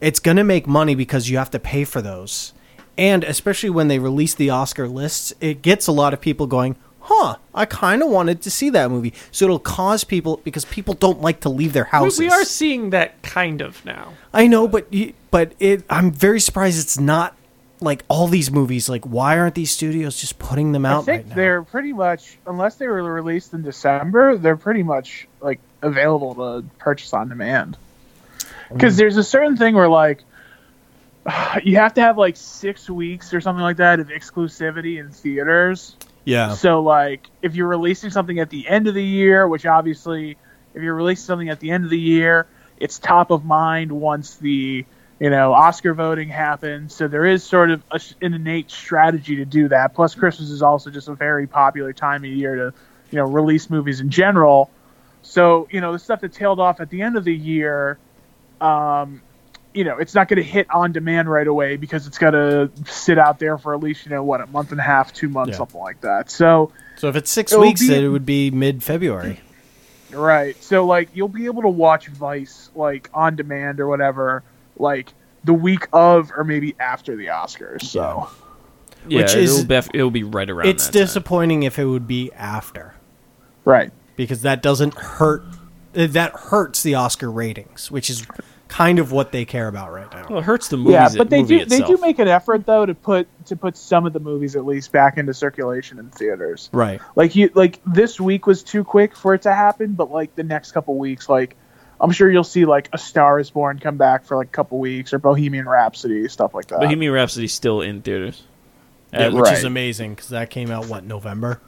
Speaker 6: it's gonna make money because you have to pay for those. And especially when they release the Oscar lists, it gets a lot of people going, huh, I kind of wanted to see that movie. So it'll cause people, because people don't like to leave their
Speaker 8: we,
Speaker 6: houses.
Speaker 8: we are seeing that kind of now.
Speaker 6: I know, but you- but it. I'm very surprised it's not like all these movies. Like, why aren't these studios just putting them
Speaker 3: I
Speaker 6: out
Speaker 3: think
Speaker 6: right now?
Speaker 3: they're pretty much, unless they were released in December, they're pretty much like available to purchase on demand. Because there's a certain thing where like *sighs* you have to have like six weeks or something like that of exclusivity in theaters.
Speaker 6: yeah,
Speaker 3: So like if you're releasing something at the end of the year, which obviously if you're releasing something at the end of the year, it's top of mind once the you know Oscar voting happens. So there is sort of a, s- an innate strategy to do that. Plus Christmas is also just a very popular time of year to you know release movies in general. So you know the stuff that tailed off at the end of the year. Um, you know, it's not going to hit on demand right away because it's got to sit out there for at least, you know, what, a month and a half, two months,
Speaker 6: Yeah.
Speaker 3: something like that. So,
Speaker 6: So if it's 6
Speaker 3: It'll
Speaker 6: weeks,
Speaker 3: be-
Speaker 6: it would be mid February.
Speaker 3: Right. So like you'll be able to watch Vice like on demand or whatever, like the week of or maybe after the Oscars. So
Speaker 5: yeah,
Speaker 6: which is-
Speaker 5: it'll, bef- it'll be right around.
Speaker 6: It's
Speaker 5: that time.
Speaker 6: disappointing if it would be after
Speaker 3: right.
Speaker 6: because that doesn't hurt. uh, That hurts the Oscar ratings, which is kind of what they care about right now.
Speaker 5: Well, it hurts the movies.
Speaker 3: yeah, but they
Speaker 5: movie
Speaker 3: do they do
Speaker 5: itself.
Speaker 3: make an effort though to put to put some of the movies at least back into circulation in theaters.
Speaker 6: Right.
Speaker 3: Like you like this week was too quick for it to happen, but like the next couple weeks, like I'm sure you'll see like A Star Is Born come back for like a couple weeks or Bohemian Rhapsody stuff like
Speaker 6: uh,
Speaker 3: that.
Speaker 5: Bohemian Rhapsody's still in theaters. Uh,
Speaker 6: which is
Speaker 3: right.
Speaker 6: amazing because that came out what November,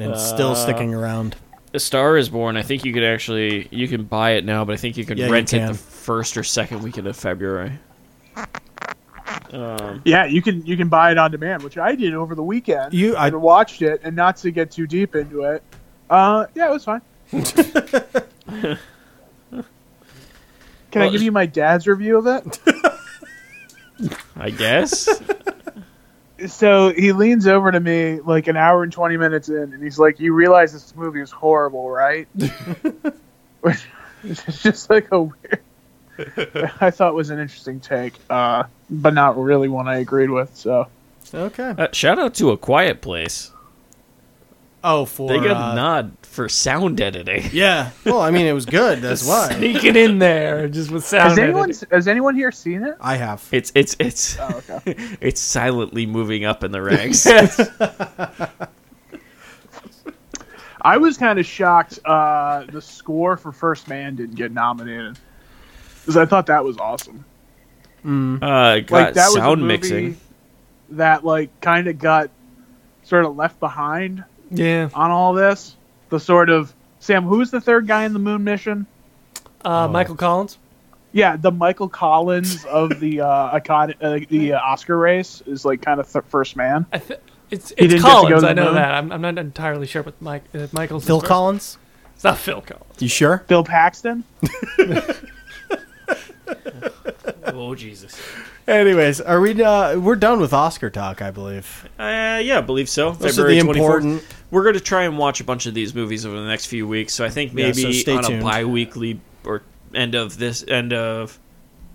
Speaker 6: and it's still sticking around.
Speaker 5: A Star is Born. I think you could actually you can buy it now, but I think you can
Speaker 6: Yeah, you
Speaker 5: rent it
Speaker 6: can.
Speaker 5: the first or second weekend of February.
Speaker 3: Yeah, you can you can buy it on demand, which I did over the weekend.
Speaker 6: You- I-
Speaker 3: and watched it, and not to get too deep into it. Uh, yeah, it was
Speaker 6: *laughs*
Speaker 3: fine. can I
Speaker 5: Well,
Speaker 3: give you my dad's review of it?
Speaker 5: I guess. *laughs*
Speaker 3: so he leans over to me like an hour and 20 minutes in and he's like you realize this movie is horrible right Which is just like a weird *laughs* i thought was an interesting take uh, but not really one i agreed with so
Speaker 6: Okay.
Speaker 5: uh, shout out to A Quiet Place.
Speaker 6: Oh, for
Speaker 5: They got
Speaker 6: uh,
Speaker 5: a nod for sound editing.
Speaker 6: Yeah. Well, I mean, it was *laughs* good. That's why
Speaker 8: Sneaking in there just with sound.
Speaker 3: has anyone
Speaker 8: editing.
Speaker 3: has anyone here
Speaker 5: *laughs*
Speaker 3: seen it
Speaker 6: I have.
Speaker 5: It's it's
Speaker 6: Uh,
Speaker 5: it's
Speaker 3: oh, okay.
Speaker 5: *laughs* it's silently moving up in the
Speaker 6: *laughs*
Speaker 5: ranks.
Speaker 3: i was kind of shocked uh, the score for first man didn't get nominated because i thought that was awesome
Speaker 5: Uh, got
Speaker 3: like that was a
Speaker 5: sound
Speaker 3: movie
Speaker 5: mixing.
Speaker 3: that like kind of got sort of left behind
Speaker 8: Yeah.
Speaker 3: on all this. The sort of Sam, who's the third guy in the moon mission?
Speaker 8: Uh, Michael Collins.
Speaker 3: Yeah, the Michael Collins of the uh, Acad- uh, the uh, Oscar race is like kind of th- first man.
Speaker 8: I th- it's
Speaker 3: He didn't
Speaker 8: it's
Speaker 3: get to go
Speaker 8: Collins.
Speaker 3: to the
Speaker 8: I know
Speaker 3: moon?
Speaker 8: that. I'm, I'm not entirely sure, but Mike uh, Michael's
Speaker 6: Phil
Speaker 8: first-
Speaker 6: Collins?
Speaker 8: It's not Phil Collins.
Speaker 6: You sure?
Speaker 3: Bill Paxton.
Speaker 5: Oh Jesus.
Speaker 6: Anyways, are we? Uh, we're done with Oscar talk, I believe.
Speaker 5: Uh, yeah, I believe so.
Speaker 6: Those are
Speaker 5: February
Speaker 6: the
Speaker 5: 24th.
Speaker 6: important.
Speaker 5: We're going to try and watch a bunch of these movies over the next few weeks. So I think
Speaker 6: Yeah, so
Speaker 5: maybe
Speaker 6: stay
Speaker 5: on a
Speaker 6: tuned.
Speaker 5: bi-weekly or end of this end of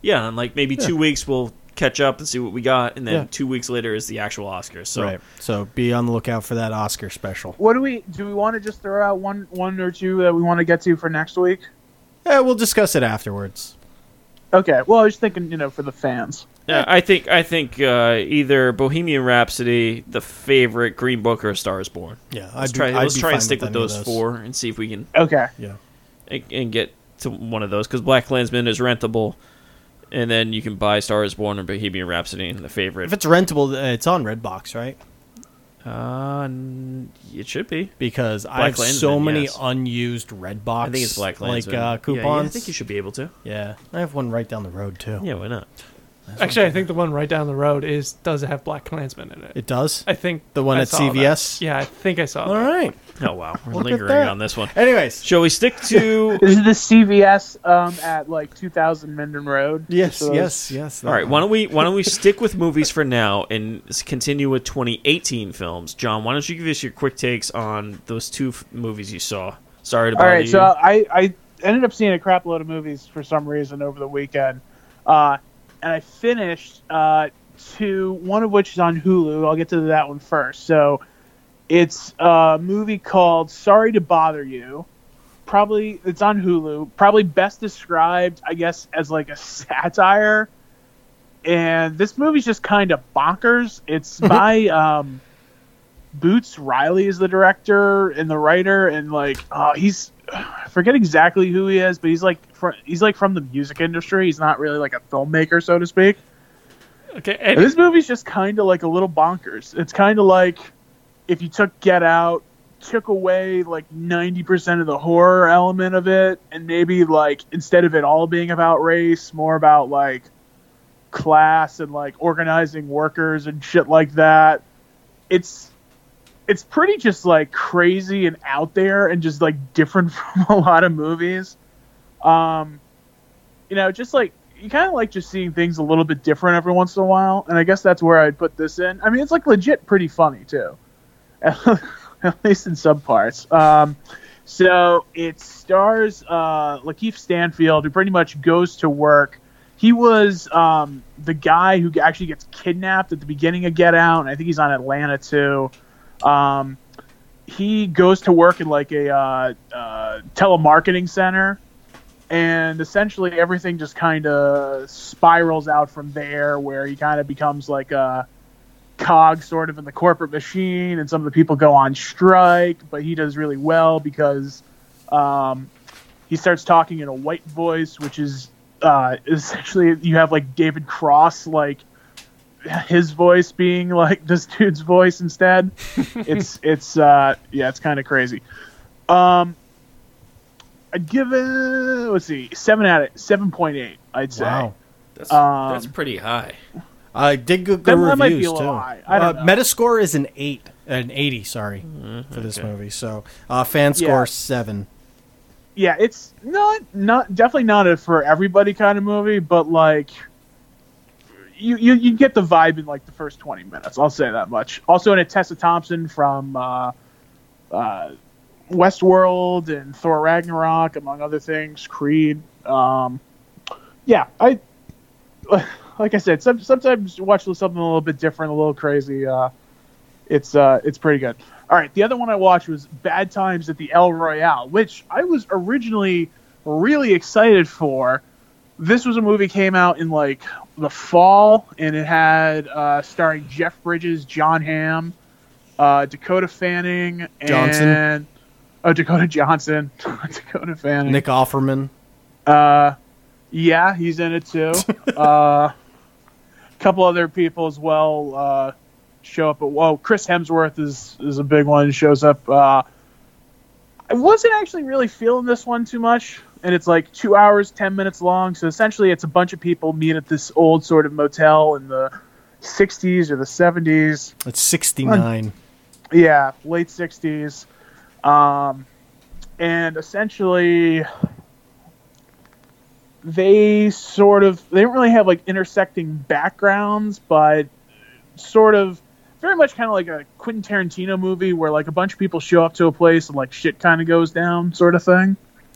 Speaker 5: yeah, and like maybe 2 weeks we'll catch up and see what we got and then
Speaker 6: Yeah.
Speaker 5: 2 weeks later is the actual Oscars. So
Speaker 6: Right. So be on the lookout for that Oscar special.
Speaker 3: What do we do? We want to just throw out one one or two that we want to get to for next week.
Speaker 6: Yeah, we'll discuss it afterwards.
Speaker 3: Okay. Well, I was thinking, you know, for the fans.
Speaker 5: yeah, I think I think uh, either Bohemian Rhapsody, The Favorite, Green Book or A Star is Born.
Speaker 6: Yeah,
Speaker 5: Let's
Speaker 6: I'd be-
Speaker 5: try
Speaker 6: I'd
Speaker 5: let's
Speaker 6: be
Speaker 5: try and
Speaker 6: fine
Speaker 5: stick with,
Speaker 6: any of
Speaker 5: those, four and see if we can
Speaker 3: Okay.
Speaker 6: Yeah.
Speaker 5: and, and get to one of those because Black Landsman is rentable, and then you can buy Star Is Born or Bohemian Rhapsody and the favorite.
Speaker 6: If it's rentable, uh, it's on Redbox, right?
Speaker 5: Uh, n- it should be.
Speaker 6: Because I have so
Speaker 5: Landsman,
Speaker 6: many
Speaker 5: yes.
Speaker 6: unused Redbox.
Speaker 5: I think it's Black
Speaker 6: like
Speaker 5: Landsman.
Speaker 6: uh,
Speaker 5: Yeah,
Speaker 6: coupons.
Speaker 5: yeah, I think you should be able to.
Speaker 6: Yeah, I have one right down the road too.
Speaker 5: Yeah, why not?
Speaker 8: Actually, I think the one right down the road is does have Black Klansman in it.
Speaker 6: It does.
Speaker 8: I think
Speaker 6: The one
Speaker 8: I
Speaker 6: at
Speaker 8: saw
Speaker 6: CVS?
Speaker 8: That. Yeah, I think I saw.
Speaker 6: All
Speaker 8: that.
Speaker 6: right.
Speaker 5: Oh wow, we're
Speaker 6: *laughs* Look at
Speaker 5: lingering
Speaker 6: that.
Speaker 5: on this one.
Speaker 6: Anyways,
Speaker 5: Shall we stick
Speaker 6: *laughs*
Speaker 5: to?
Speaker 3: This is the CVS um, at like 2000 Minden Road.
Speaker 6: yes,
Speaker 3: So
Speaker 6: yes, yes.
Speaker 5: All right, why don't we why don't we stick with movies for now and s- continue with 2018 films? John, why don't you give us your quick takes on those two f- movies you saw? Sorry to
Speaker 3: All
Speaker 5: bother
Speaker 3: right,
Speaker 5: you.
Speaker 3: so I, I ended up seeing a crap load of movies for some reason over the weekend, uh, and I finished uh, two. One of which is on Hulu. I'll get to that one first. So, it's a movie called "Sorry to Bother You." Probably it's on Hulu. Probably best described, I guess, as like a satire. And this movie's just kind of bonkers. It's by um, Boots Riley is the director and the writer, and like uh, he's I forget exactly who he is, but he's like fr- he's like from the music industry. He's not really like a filmmaker, so to speak.
Speaker 8: Okay,
Speaker 3: And
Speaker 8: and
Speaker 3: this movie's just kind of like a little bonkers. It's kind of like if you took Get Out, took away like ninety percent of the horror element of it, and maybe like instead of it all being about race, more about like class and like organizing workers and shit like that. It's it's pretty just like crazy and out there and just like different *laughs* from a lot of movies. Um, you know, just like you kind of like just seeing things a little bit different every once in a while, and I guess that's where I'd put this in. I mean, it's like legit pretty funny too, *laughs* at least in some parts. Um, so it stars uh, Lakeith Stanfield, who pretty much goes to work. He was um, the guy who actually gets kidnapped at the beginning of Get Out, and I think he's on Atlanta too. Um, he goes to work in like a uh, uh, telemarketing center and essentially everything just kind of spirals out from there where he kind of becomes like a cog sort of in the corporate machine and some of the people go on strike but he does really well because um, he starts talking in a white voice which is uh, essentially you have like david cross like his voice being like this dude's voice instead it's it's uh yeah it's kind of crazy um I'd give it. Let's see, seven out of seven point eight. I'd say.
Speaker 6: Wow.
Speaker 5: that's,
Speaker 3: um,
Speaker 5: that's pretty high.
Speaker 6: I did good, good
Speaker 3: That-
Speaker 6: reviews
Speaker 3: that might be a
Speaker 6: too.
Speaker 3: little high. I don't
Speaker 6: uh,
Speaker 3: know. Mm-hmm.
Speaker 6: Metascore is an eight, an eighty. Sorry for this movie. So uh, fan score
Speaker 3: Yeah.
Speaker 6: seven.
Speaker 3: Yeah, it's not not definitely not a for everybody kind of movie, but like. You, you, you get the vibe in like the first 20 minutes. I'll say that much. Also, in a Tessa Thompson from uh, uh, Westworld and Thor Ragnarok, among other things, Creed. Um, yeah, I like I said, some, sometimes you watch something a little bit different, a little crazy. Uh, it's uh, it's pretty good. All right, the other one I watched was Bad Times at the El Royale, which I was originally really excited for. This was a movie came out in like the fall, and it had uh, starring Jeff Bridges, John Hamm, uh, Dakota Fanning,
Speaker 6: Johnson.
Speaker 3: and oh Dakota Johnson, *laughs* Dakota Fanning,
Speaker 6: Nick Offerman.
Speaker 3: uh, yeah, he's in it too. uh, couple other people as well. Uh, show up. But whoa, Chris Hemsworth is is a big one. Shows up. Uh, I wasn't actually really feeling this one too much, and it's like two hours, ten minutes long. So essentially, it's a bunch of people meet at this old sort of motel in the '60s or the '70s.
Speaker 6: It's 69.
Speaker 3: Yeah, late '60s, um, and essentially they sort of they don't really have like intersecting backgrounds, but sort of very much kind of like a Quentin Tarantino movie where like a bunch of people show up to a place and like shit kind of goes down, sort of thing.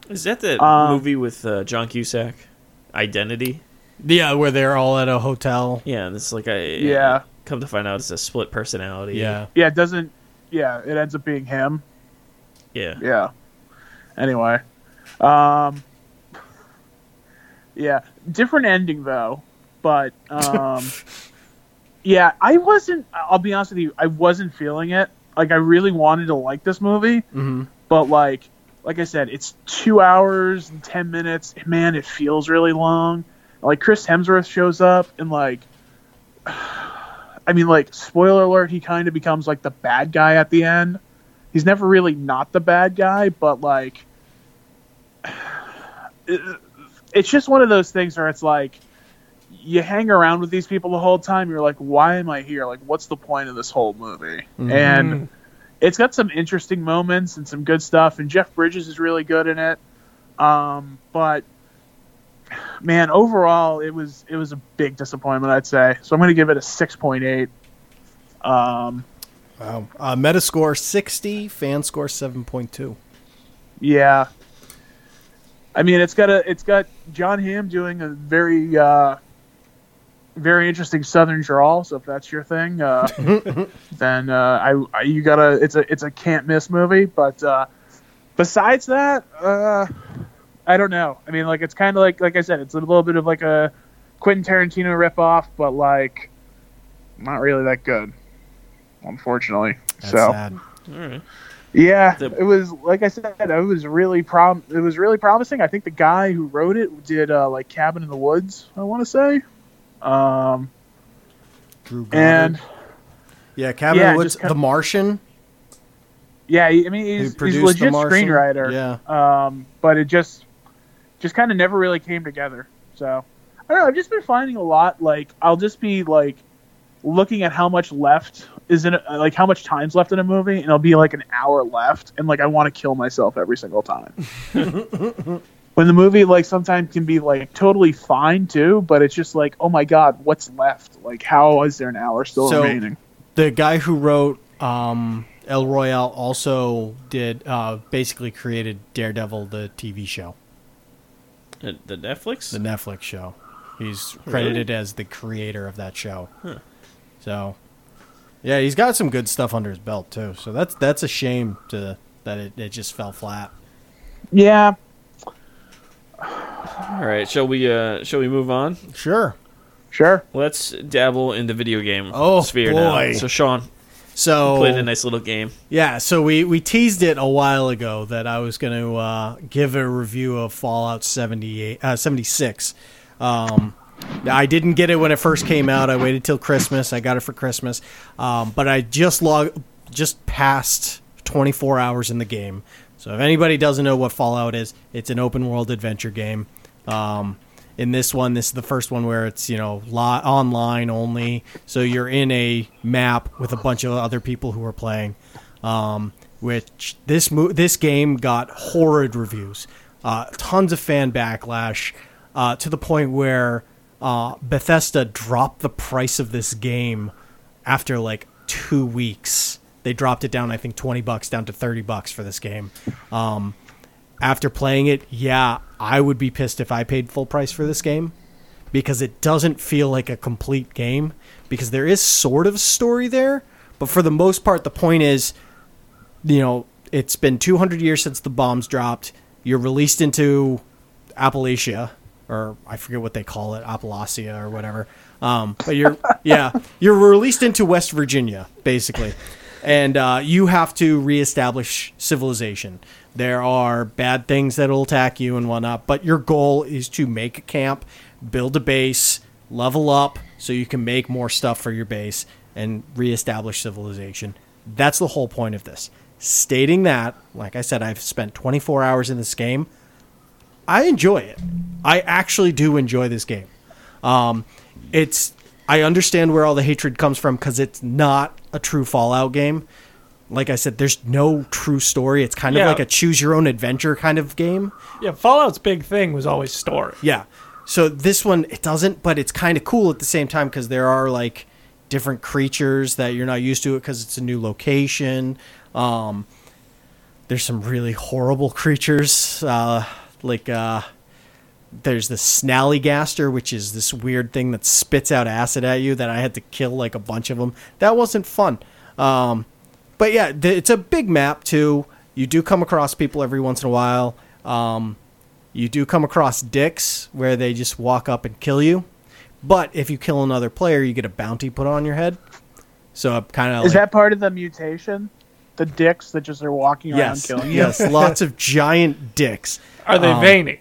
Speaker 5: Is that the
Speaker 3: Um,
Speaker 5: movie with uh, John Cusack? Identity.
Speaker 6: Yeah, where they're all at a hotel.
Speaker 5: Yeah, and it's like a
Speaker 3: Yeah.
Speaker 5: Come to find out, it's a split personality.
Speaker 6: Yeah.
Speaker 3: Yeah, it doesn't. Yeah, it ends up being him.
Speaker 5: yeah.
Speaker 3: Yeah. Anyway, um, yeah, different ending though, but um, yeah, I wasn't. I'll be honest with you, I wasn't feeling it. Like, I really wanted to like this movie, but like, like I said, it's two hours and ten minutes. Man, it feels really long. Like Chris Hemsworth shows up and like. *sighs* I mean, like, spoiler alert, he kind of becomes like the bad guy at the end he's never really not the bad guy, but like *sighs* it- it's just one of those things where it's like you hang around with these people the whole time, you're like, why am I here? Like what's the point of this whole movie? And it's got some interesting moments and some good stuff and Jeff Bridges is really good in it. Um, but man, overall it was it was a big disappointment, I'd say. So I'm gonna give it a six point eight. Um
Speaker 6: Wow. Uh, Metascore 60, fan score 7.2.
Speaker 3: Yeah. I mean, it's got a it's got John Hamm doing a very uh, very interesting Southern drawl. So if that's your thing, uh, then uh, I, I you gotta it's a it's a can't miss movie. But uh, besides that, uh, I don't know. I mean, like it's kind of like like I said, it's a little bit of like a Quentin Tarantino ripoff, but like not really that good, unfortunately.
Speaker 6: That's
Speaker 3: so.
Speaker 6: sad.
Speaker 5: All right.
Speaker 3: Yeah,
Speaker 5: The-
Speaker 3: it was like I said, it was really prom. It was really promising. I think the guy who wrote it did uh, like Cabin in the Woods. I want to say, um,
Speaker 6: Drew Goddard.
Speaker 3: and
Speaker 6: yeah, Cabin
Speaker 3: yeah,
Speaker 6: in the Woods,
Speaker 3: just kind
Speaker 6: The Martian.
Speaker 3: yeah, I mean,
Speaker 6: who
Speaker 3: he's, he's
Speaker 6: produced The
Speaker 3: legit
Speaker 6: Martian.
Speaker 3: screenwriter.
Speaker 6: Yeah.
Speaker 3: um, but it just just kind of never really came together. So I don't know. I've just been finding a lot. Like I'll just be like looking at how much left is in a, like how much time's left in a movie, and I'll be like an hour left, and like I want to kill myself every single time. when the movie like sometimes can be like totally fine too, but it's just like oh my god, what's left? Like how is there an hour still
Speaker 6: So-
Speaker 3: remaining?
Speaker 6: the guy who wrote um, El Royale also did uh, basically created Daredevil, the TV show,
Speaker 5: The, the Netflix.
Speaker 6: the Netflix show. He's credited as the creator of that show. So, yeah, he's got some good stuff under his belt too. So that's that's a shame to that it, it just fell flat.
Speaker 3: Yeah,
Speaker 5: All right. Shall we? Uh, shall we move on?
Speaker 6: Sure.
Speaker 3: sure.
Speaker 5: Let's dabble in the video game
Speaker 6: Oh,
Speaker 5: sphere now.
Speaker 6: boy. Oh.
Speaker 5: So Sean
Speaker 6: So
Speaker 5: played a nice little game.
Speaker 6: Yeah, so we, we teased it a while ago that I was going to uh, give a review of Fallout 78, uh, 76. Um, I didn't get it when it first came out. I waited till Christmas. I got it for Christmas. Um, but I just log just passed 24 hours in the game. So if anybody doesn't know what Fallout is, it's an open world adventure game. Um, in this one, this is the first one where it's you know li- online only. So you're in a map with a bunch of other people who are playing. Um, which this mo- this game got horrid reviews, uh, tons of fan backlash, uh, to the point where uh, Bethesda dropped the price of this game after like two weeks. They dropped it down, I think, twenty bucks down to thirty bucks for this game. Um, after playing it, yeah, I would be pissed if I paid full price for this game because it doesn't feel like a complete game because there is sort of story there, but for the most part, the point is, you know, it's been 200 years since the bombs dropped. You're released into Appalachia, or I forget what they call it, Appalachia or whatever. Um, but you're, yeah, you're released into West Virginia, basically. And uh, you have to reestablish civilization. There are bad things that will attack you and whatnot, but your goal is to make a camp, build a base, level up so you can make more stuff for your base and reestablish civilization. That's the whole point of this. Stating that, like I said, I've spent 24 hours in this game. I enjoy it. I actually do enjoy this game. Um, it's I understand where all the hatred comes from because it's not a true Fallout game. Like I said, there's no true story. It's kind
Speaker 8: Yeah.
Speaker 6: of like a choose your own adventure kind of game.
Speaker 8: Yeah, Fallout's big thing was always story.
Speaker 6: Yeah. So this one it doesn't, but it's kind of cool at the same time because there are like different creatures that you're not used to it because it's a new location. Um, there's some really horrible creatures uh, like uh, there's the snallygaster, which is this weird thing that spits out acid at you that I had to kill like a bunch of them. That wasn't fun. Um, but yeah, th- it's a big map too. You do come across people every once in a while. Um, you do come across dicks where they just walk up and kill you. But if you kill another player, you get a bounty put on your head. So I'm kind of
Speaker 3: Is
Speaker 6: like,
Speaker 3: that part of the mutation? The dicks that just are walking around
Speaker 6: yes,
Speaker 3: killing you.
Speaker 6: yes,
Speaker 3: *laughs*
Speaker 6: lots of giant dicks.
Speaker 8: Are
Speaker 3: Um,
Speaker 8: they veiny?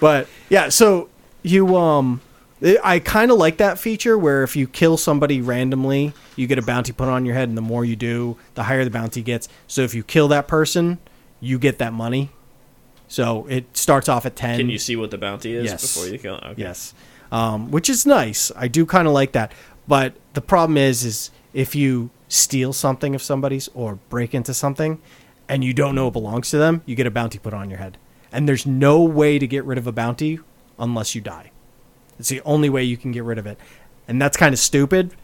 Speaker 6: But yeah, so you um I- I kind of like that feature where if you kill somebody randomly, you get a bounty put on your head and the more you do, the higher the bounty gets. So if you kill that person, you get that money. So it starts off at 10.
Speaker 5: Can you see what the bounty is
Speaker 6: Yes.
Speaker 5: before you kill? Okay.
Speaker 6: Yes, um, which is nice. I do kind of like that. But the problem is, is if you steal something of somebody's or break into something, and you don't know it belongs to them, you get a bounty put on your head. And there's no way to get rid of a bounty unless you die. It's the only way you can get rid of it, and that's kind of stupid.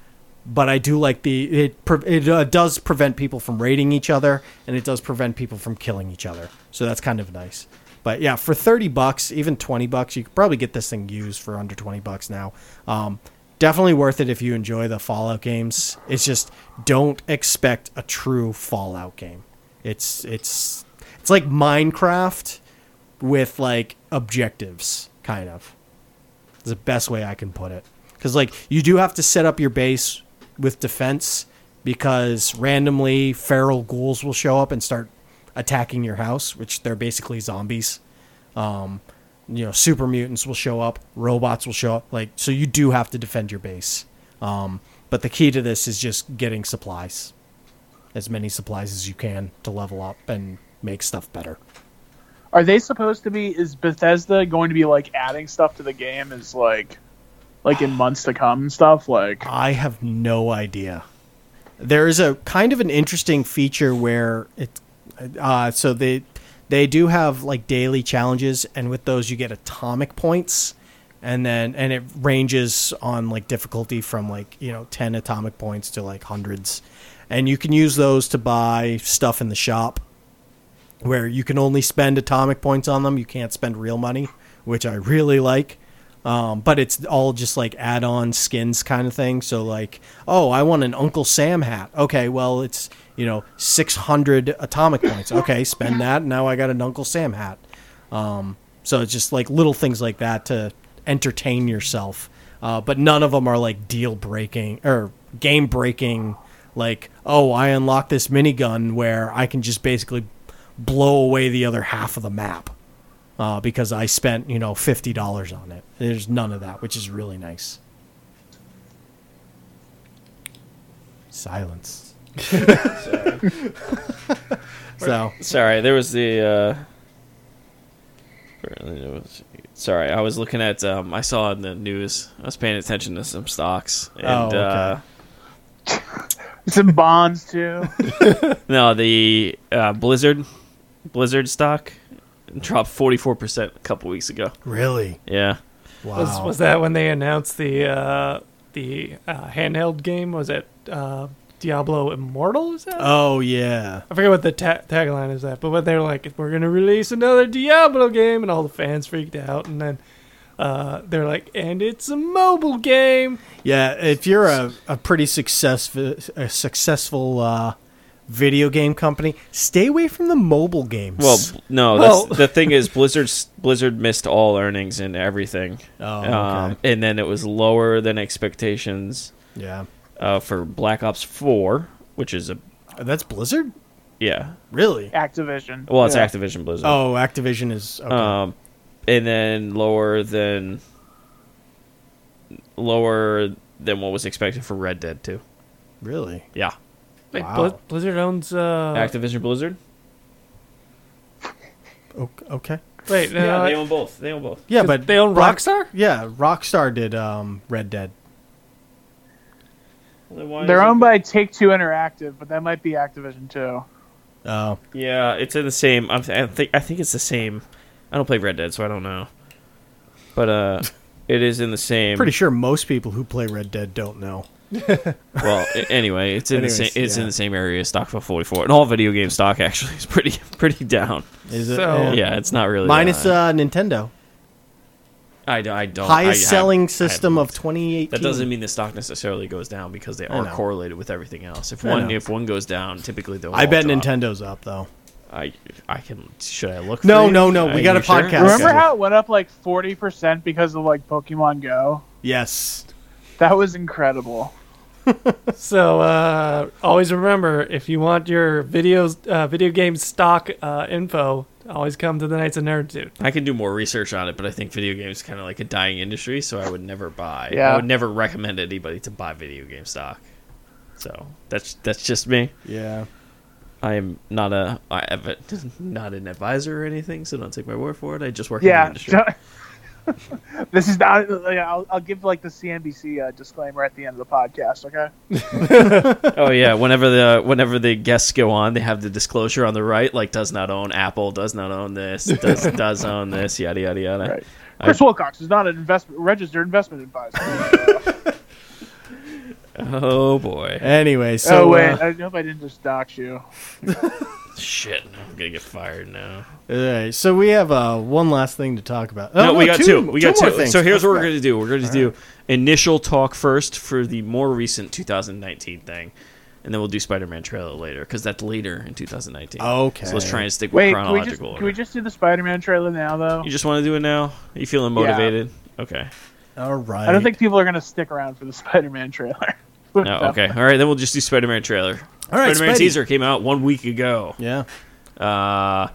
Speaker 6: But I do like the it. pre- It uh, does prevent people from raiding each other, and it does prevent people from killing each other. So that's kind of nice. But yeah, for thirty bucks, even twenty bucks, you could probably get this thing used for under twenty bucks now. Um, definitely worth it if you enjoy the Fallout games. It's just don't expect a true Fallout game. It's it's it's like Minecraft with like objectives, kind of is the best way I can put it. Because like you do have to set up your base with defense because randomly feral ghouls will show up and start attacking your house, which they're basically zombies. Um, you know, super mutants will show up, robots will show up. Like so, you do have to defend your base. Um, but the key to this is just getting supplies, as many supplies as you can to level up and make stuff better.
Speaker 3: Are they supposed to be? Is Bethesda going to be like adding stuff to the game? Is like, like in months to come and stuff. Like, *laughs*
Speaker 6: I have no idea. There is a kind of an interesting feature where it, uh, so they they do have like daily challenges, and with those you get atomic points, and then and it ranges on like difficulty from like you know ten atomic points to like hundreds, and you can use those to buy stuff in the shop, where you can only spend atomic points on them. You can't spend real money, which I really like. Um, but it's all just like add-on skins kind of thing. So like, oh, I want an Uncle Sam hat. Okay, well it's you know six hundred atomic points. Okay, spend that. Now I got an Uncle Sam hat. Um, so it's just like little things like that to entertain yourself. Uh, but none of them are like deal breaking or game breaking. Like, oh, I unlock this minigun where I can just basically blow away the other half of the map uh, because I spent you know fifty dollars on it. There's none of that, which is really nice. Silence. *laughs* so
Speaker 5: Sorry, there was the. Uh, there was- sorry, I was looking at. Um, I saw in the news. I was paying attention to some stocks, and
Speaker 6: Oh, okay.
Speaker 5: uh,
Speaker 3: some bonds too.
Speaker 5: no, the uh, Blizzard, Blizzard stock, dropped forty four percent a couple weeks ago.
Speaker 6: really,
Speaker 5: Yeah,
Speaker 6: wow.
Speaker 8: Was was that when they announced the uh, the uh, handheld game? Was it uh, Diablo Immortal? Is that?
Speaker 5: Uh.
Speaker 6: oh yeah,
Speaker 8: I forget what the ta- tagline is that, but when they were like, "We're gonna release another Diablo game," and all the fans freaked out, and then uh, they're like, "And it's a mobile game."
Speaker 6: yeah. If you're a, a pretty successful a successful uh, video game company, stay away from the mobile games.
Speaker 5: Well, b- no. That's,
Speaker 8: Well-
Speaker 5: the thing is, Blizzard Blizzard missed all earnings and everything,
Speaker 6: Oh, okay.
Speaker 5: um, and then it was lower than expectations
Speaker 6: yeah,
Speaker 5: uh, for Black Ops Four, which is a
Speaker 6: that's Blizzard.
Speaker 5: yeah.
Speaker 6: Really?
Speaker 3: Activision.
Speaker 5: Well, it's
Speaker 3: Yeah.
Speaker 5: Activision Blizzard.
Speaker 6: Oh, Activision is okay.
Speaker 5: um, and then lower than lower than what was expected for Red Dead 2.
Speaker 6: Really?
Speaker 5: Yeah.
Speaker 8: Wait,
Speaker 6: Wow.
Speaker 8: Blizz- Blizzard owns. Uh,
Speaker 5: Activision Blizzard?
Speaker 6: O- Okay.
Speaker 8: Wait,
Speaker 5: *laughs*
Speaker 8: no,
Speaker 5: yeah,
Speaker 8: no,
Speaker 5: they own both. They own both.
Speaker 6: Yeah,
Speaker 8: Did
Speaker 6: but
Speaker 8: they own
Speaker 6: Black-
Speaker 8: Rockstar?
Speaker 6: Yeah, Rockstar did um, Red Dead.
Speaker 5: Then why
Speaker 3: They're
Speaker 5: is it-
Speaker 3: owned by Take Two Interactive, but that might be Activision too.
Speaker 6: Oh,
Speaker 5: Yeah, it's in the same. I'm, I think I think it's the same. I don't play Red Dead, so I don't know. But uh, it is in the same.
Speaker 6: pretty sure most people who play Red Dead don't know.
Speaker 5: Well, a- anyway, it's in the
Speaker 6: Anyways,
Speaker 5: same. It's
Speaker 6: yeah.
Speaker 5: in the same area as Stockville 44, and all video game stock actually is pretty *laughs* pretty down.
Speaker 6: Is it?
Speaker 8: So-
Speaker 6: yeah.
Speaker 5: Yeah, it's not really
Speaker 6: Minus
Speaker 5: uh,
Speaker 6: uh, Nintendo,
Speaker 5: I, d- I don't. Oh, I
Speaker 6: highest
Speaker 5: have- I
Speaker 6: selling
Speaker 5: haven't
Speaker 6: system of
Speaker 5: looked.
Speaker 6: 2018.
Speaker 5: That doesn't mean the stock necessarily goes down because they are
Speaker 6: know.
Speaker 5: correlated with everything else. If
Speaker 6: I
Speaker 5: one
Speaker 6: know.
Speaker 5: if one goes down, typically they'll.
Speaker 6: I
Speaker 5: all
Speaker 6: bet
Speaker 5: drop.
Speaker 6: Nintendo's up though.
Speaker 5: I I can. Should I look?
Speaker 6: No,
Speaker 5: for you?
Speaker 6: no, no,
Speaker 5: Uh,
Speaker 6: we got
Speaker 5: you
Speaker 6: a podcast.
Speaker 5: Sure?
Speaker 3: Remember
Speaker 6: Okay.
Speaker 3: how it went up like forty percent because of like Pokemon Go?
Speaker 6: Yes.
Speaker 3: That was incredible.
Speaker 8: So uh, always remember, if you want your videos, uh, video game stock uh, info, always come to the Knights of Nerditude.
Speaker 5: I can do more research on it, but I think video games kind of like a dying industry, so I would never buy. I
Speaker 3: Yeah.
Speaker 5: would never recommend anybody to buy video game stock. So that's that's just me.
Speaker 6: Yeah.
Speaker 5: I am not a I have a, *laughs* not an advisor or anything, so don't take my word for it. I just work in the
Speaker 3: Yeah. *laughs*
Speaker 5: industry.
Speaker 3: don't- this is not. yeah, I'll, I'll give like the CNBC uh, disclaimer at the end of the podcast. Okay.
Speaker 5: oh yeah, whenever the whenever the guests go on, they have the disclosure on the right, like does not own Apple, does not own this, does
Speaker 3: *laughs*
Speaker 5: does own this, yada yada yada.
Speaker 3: Right. Chris Wilcox is not an investment registered investment advisor.
Speaker 5: Oh boy,
Speaker 6: Anyway,
Speaker 3: oh
Speaker 6: so
Speaker 3: wait,
Speaker 6: uh,
Speaker 3: I hope I didn't just dox you.
Speaker 5: shit! I'm gonna get fired now.
Speaker 6: all right, so we have uh, one last thing to talk about. Oh,
Speaker 5: no, we got two. We got
Speaker 6: more
Speaker 5: two.
Speaker 6: things.
Speaker 5: So here's what we're going to do. We're going to do initial talk first for the more recent 2019 thing, and then we'll do Spider-Man trailer later because that's later in 2019.
Speaker 6: Okay.
Speaker 5: So let's try and stick with
Speaker 3: Wait, can we just
Speaker 5: chronological
Speaker 3: can
Speaker 5: order.
Speaker 3: we just do the Spider-Man trailer now though?
Speaker 5: you just want to do it now? Are you feeling motivated? Okay.
Speaker 6: All right.
Speaker 3: I don't think people are gonna stick around for the *laughs* Spider-Man trailer. *laughs*
Speaker 5: No, okay. All right. Then we'll just do Spider-Man trailer.
Speaker 6: All right,
Speaker 5: Spider-Man
Speaker 6: Spidey.
Speaker 5: teaser came out one week ago.
Speaker 6: Yeah.
Speaker 5: Uh,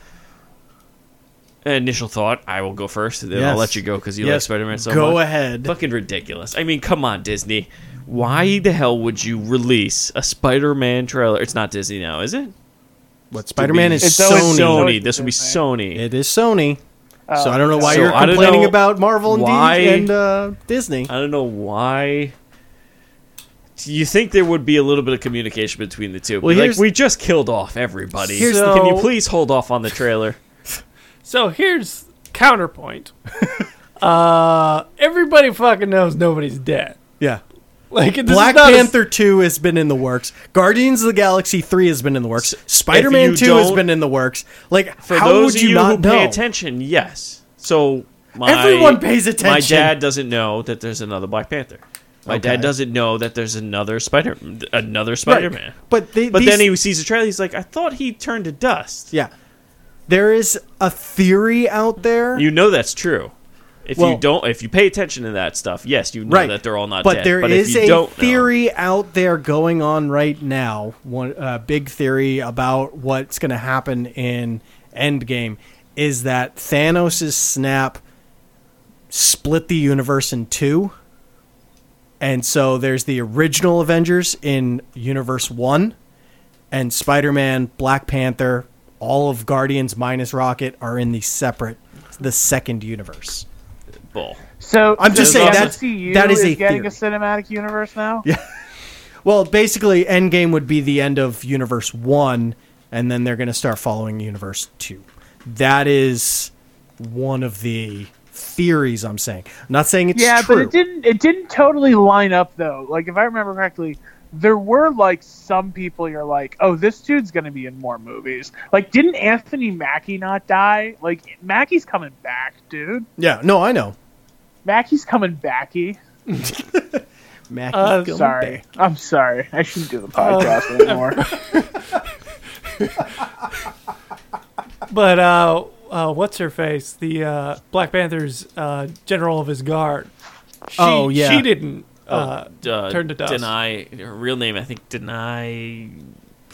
Speaker 5: initial thought. I will go first. Then I'll
Speaker 6: Yes.
Speaker 5: let you go because you like
Speaker 6: Yes,
Speaker 5: Spider-Man so much.
Speaker 6: Go ahead.
Speaker 5: Fucking ridiculous. I mean, come on, Disney. Why the hell would you release a Spider-Man trailer? It's not Disney now, is it?
Speaker 6: What Spider-Man is
Speaker 3: It's
Speaker 6: Sony.
Speaker 3: always
Speaker 5: Sony.
Speaker 3: Sony.
Speaker 5: This would be Sony.
Speaker 6: It is Sony. so I don't know
Speaker 5: Oh,
Speaker 6: why
Speaker 5: So
Speaker 6: you're
Speaker 5: I don't
Speaker 6: complaining
Speaker 5: know
Speaker 6: about Marvel and, D-
Speaker 5: why-
Speaker 6: and uh, Disney.
Speaker 5: I don't know why. Do you think there would be a little bit of communication between the two?
Speaker 6: Well,
Speaker 5: like
Speaker 6: here's-
Speaker 5: we just killed off everybody.
Speaker 8: Here's the-
Speaker 5: Can you please hold off on the
Speaker 6: *laughs*
Speaker 5: trailer?
Speaker 8: So here's counterpoint. *laughs* uh, everybody fucking knows nobody's dead.
Speaker 6: Yeah.
Speaker 8: Like this
Speaker 6: Black
Speaker 8: is not a-
Speaker 6: Panther 2 has been in the works. Guardians of the Galaxy 3 has been in the works. Spider-Man
Speaker 5: you
Speaker 6: 2 has
Speaker 5: don't-
Speaker 6: been in the works. Like
Speaker 5: For
Speaker 6: how
Speaker 5: those
Speaker 6: would
Speaker 5: of
Speaker 6: you,
Speaker 5: you
Speaker 6: not
Speaker 5: who
Speaker 6: know?
Speaker 5: pay attention, yes. So my,
Speaker 6: Everyone pays
Speaker 5: My
Speaker 6: attention.
Speaker 5: dad doesn't know that there's another Black Panther. My
Speaker 6: Okay.
Speaker 5: dad doesn't know that there's another Spider another Spider Man.
Speaker 6: But they,
Speaker 5: But
Speaker 6: these-
Speaker 5: then he sees the trailer. He's like, I thought he turned to dust.
Speaker 6: Yeah. There is a theory out there.
Speaker 5: You know that's true. If
Speaker 6: Well-
Speaker 5: you don't, if you pay attention to that stuff, yes, you know
Speaker 6: right.
Speaker 5: that they're all not
Speaker 6: but
Speaker 5: dead.
Speaker 6: there
Speaker 5: but
Speaker 6: is
Speaker 5: if you
Speaker 6: a
Speaker 5: don't know-
Speaker 6: theory out there going on right now. One uh, big theory about what's going to happen in Endgame is that Thanos' snap split the universe in two. And so there's the original Avengers in Universe 1 and Spider-Man, Black Panther, all of Guardians minus Rocket are in the separate the second universe.
Speaker 5: bull.
Speaker 3: So
Speaker 6: I'm just
Speaker 3: so
Speaker 5: saying
Speaker 3: the
Speaker 5: that's-
Speaker 3: MCU
Speaker 6: that is a
Speaker 3: getting a
Speaker 6: theory.
Speaker 3: cinematic universe now.
Speaker 6: Well, basically, Endgame would be the end of Universe One, and then they're going to start following Universe Two. That is one of the theories I'm saying. I'm not saying it's
Speaker 3: yeah,
Speaker 6: true.
Speaker 3: but it didn't. It didn't totally line up though. Like if I remember correctly, there were like some people you're like, oh, this dude's gonna be in more movies. Like, didn't Anthony Mackie not die? Like Mackie's coming back, dude.
Speaker 6: yeah, no, I know.
Speaker 3: Mackie's coming backy.
Speaker 6: Mackie's
Speaker 8: Uh,
Speaker 6: going
Speaker 3: Oh, Sorry,
Speaker 6: back.
Speaker 3: I'm sorry. I shouldn't do the podcast anymore.
Speaker 8: But uh, uh, what's her face? The uh, Black Panther's uh, general of his guard. She,
Speaker 6: Oh, yeah. Oh.
Speaker 8: She didn't. Uh, *laughs*
Speaker 5: Uh, uh,
Speaker 8: turned to dust.
Speaker 5: Deny her real name. I think deny.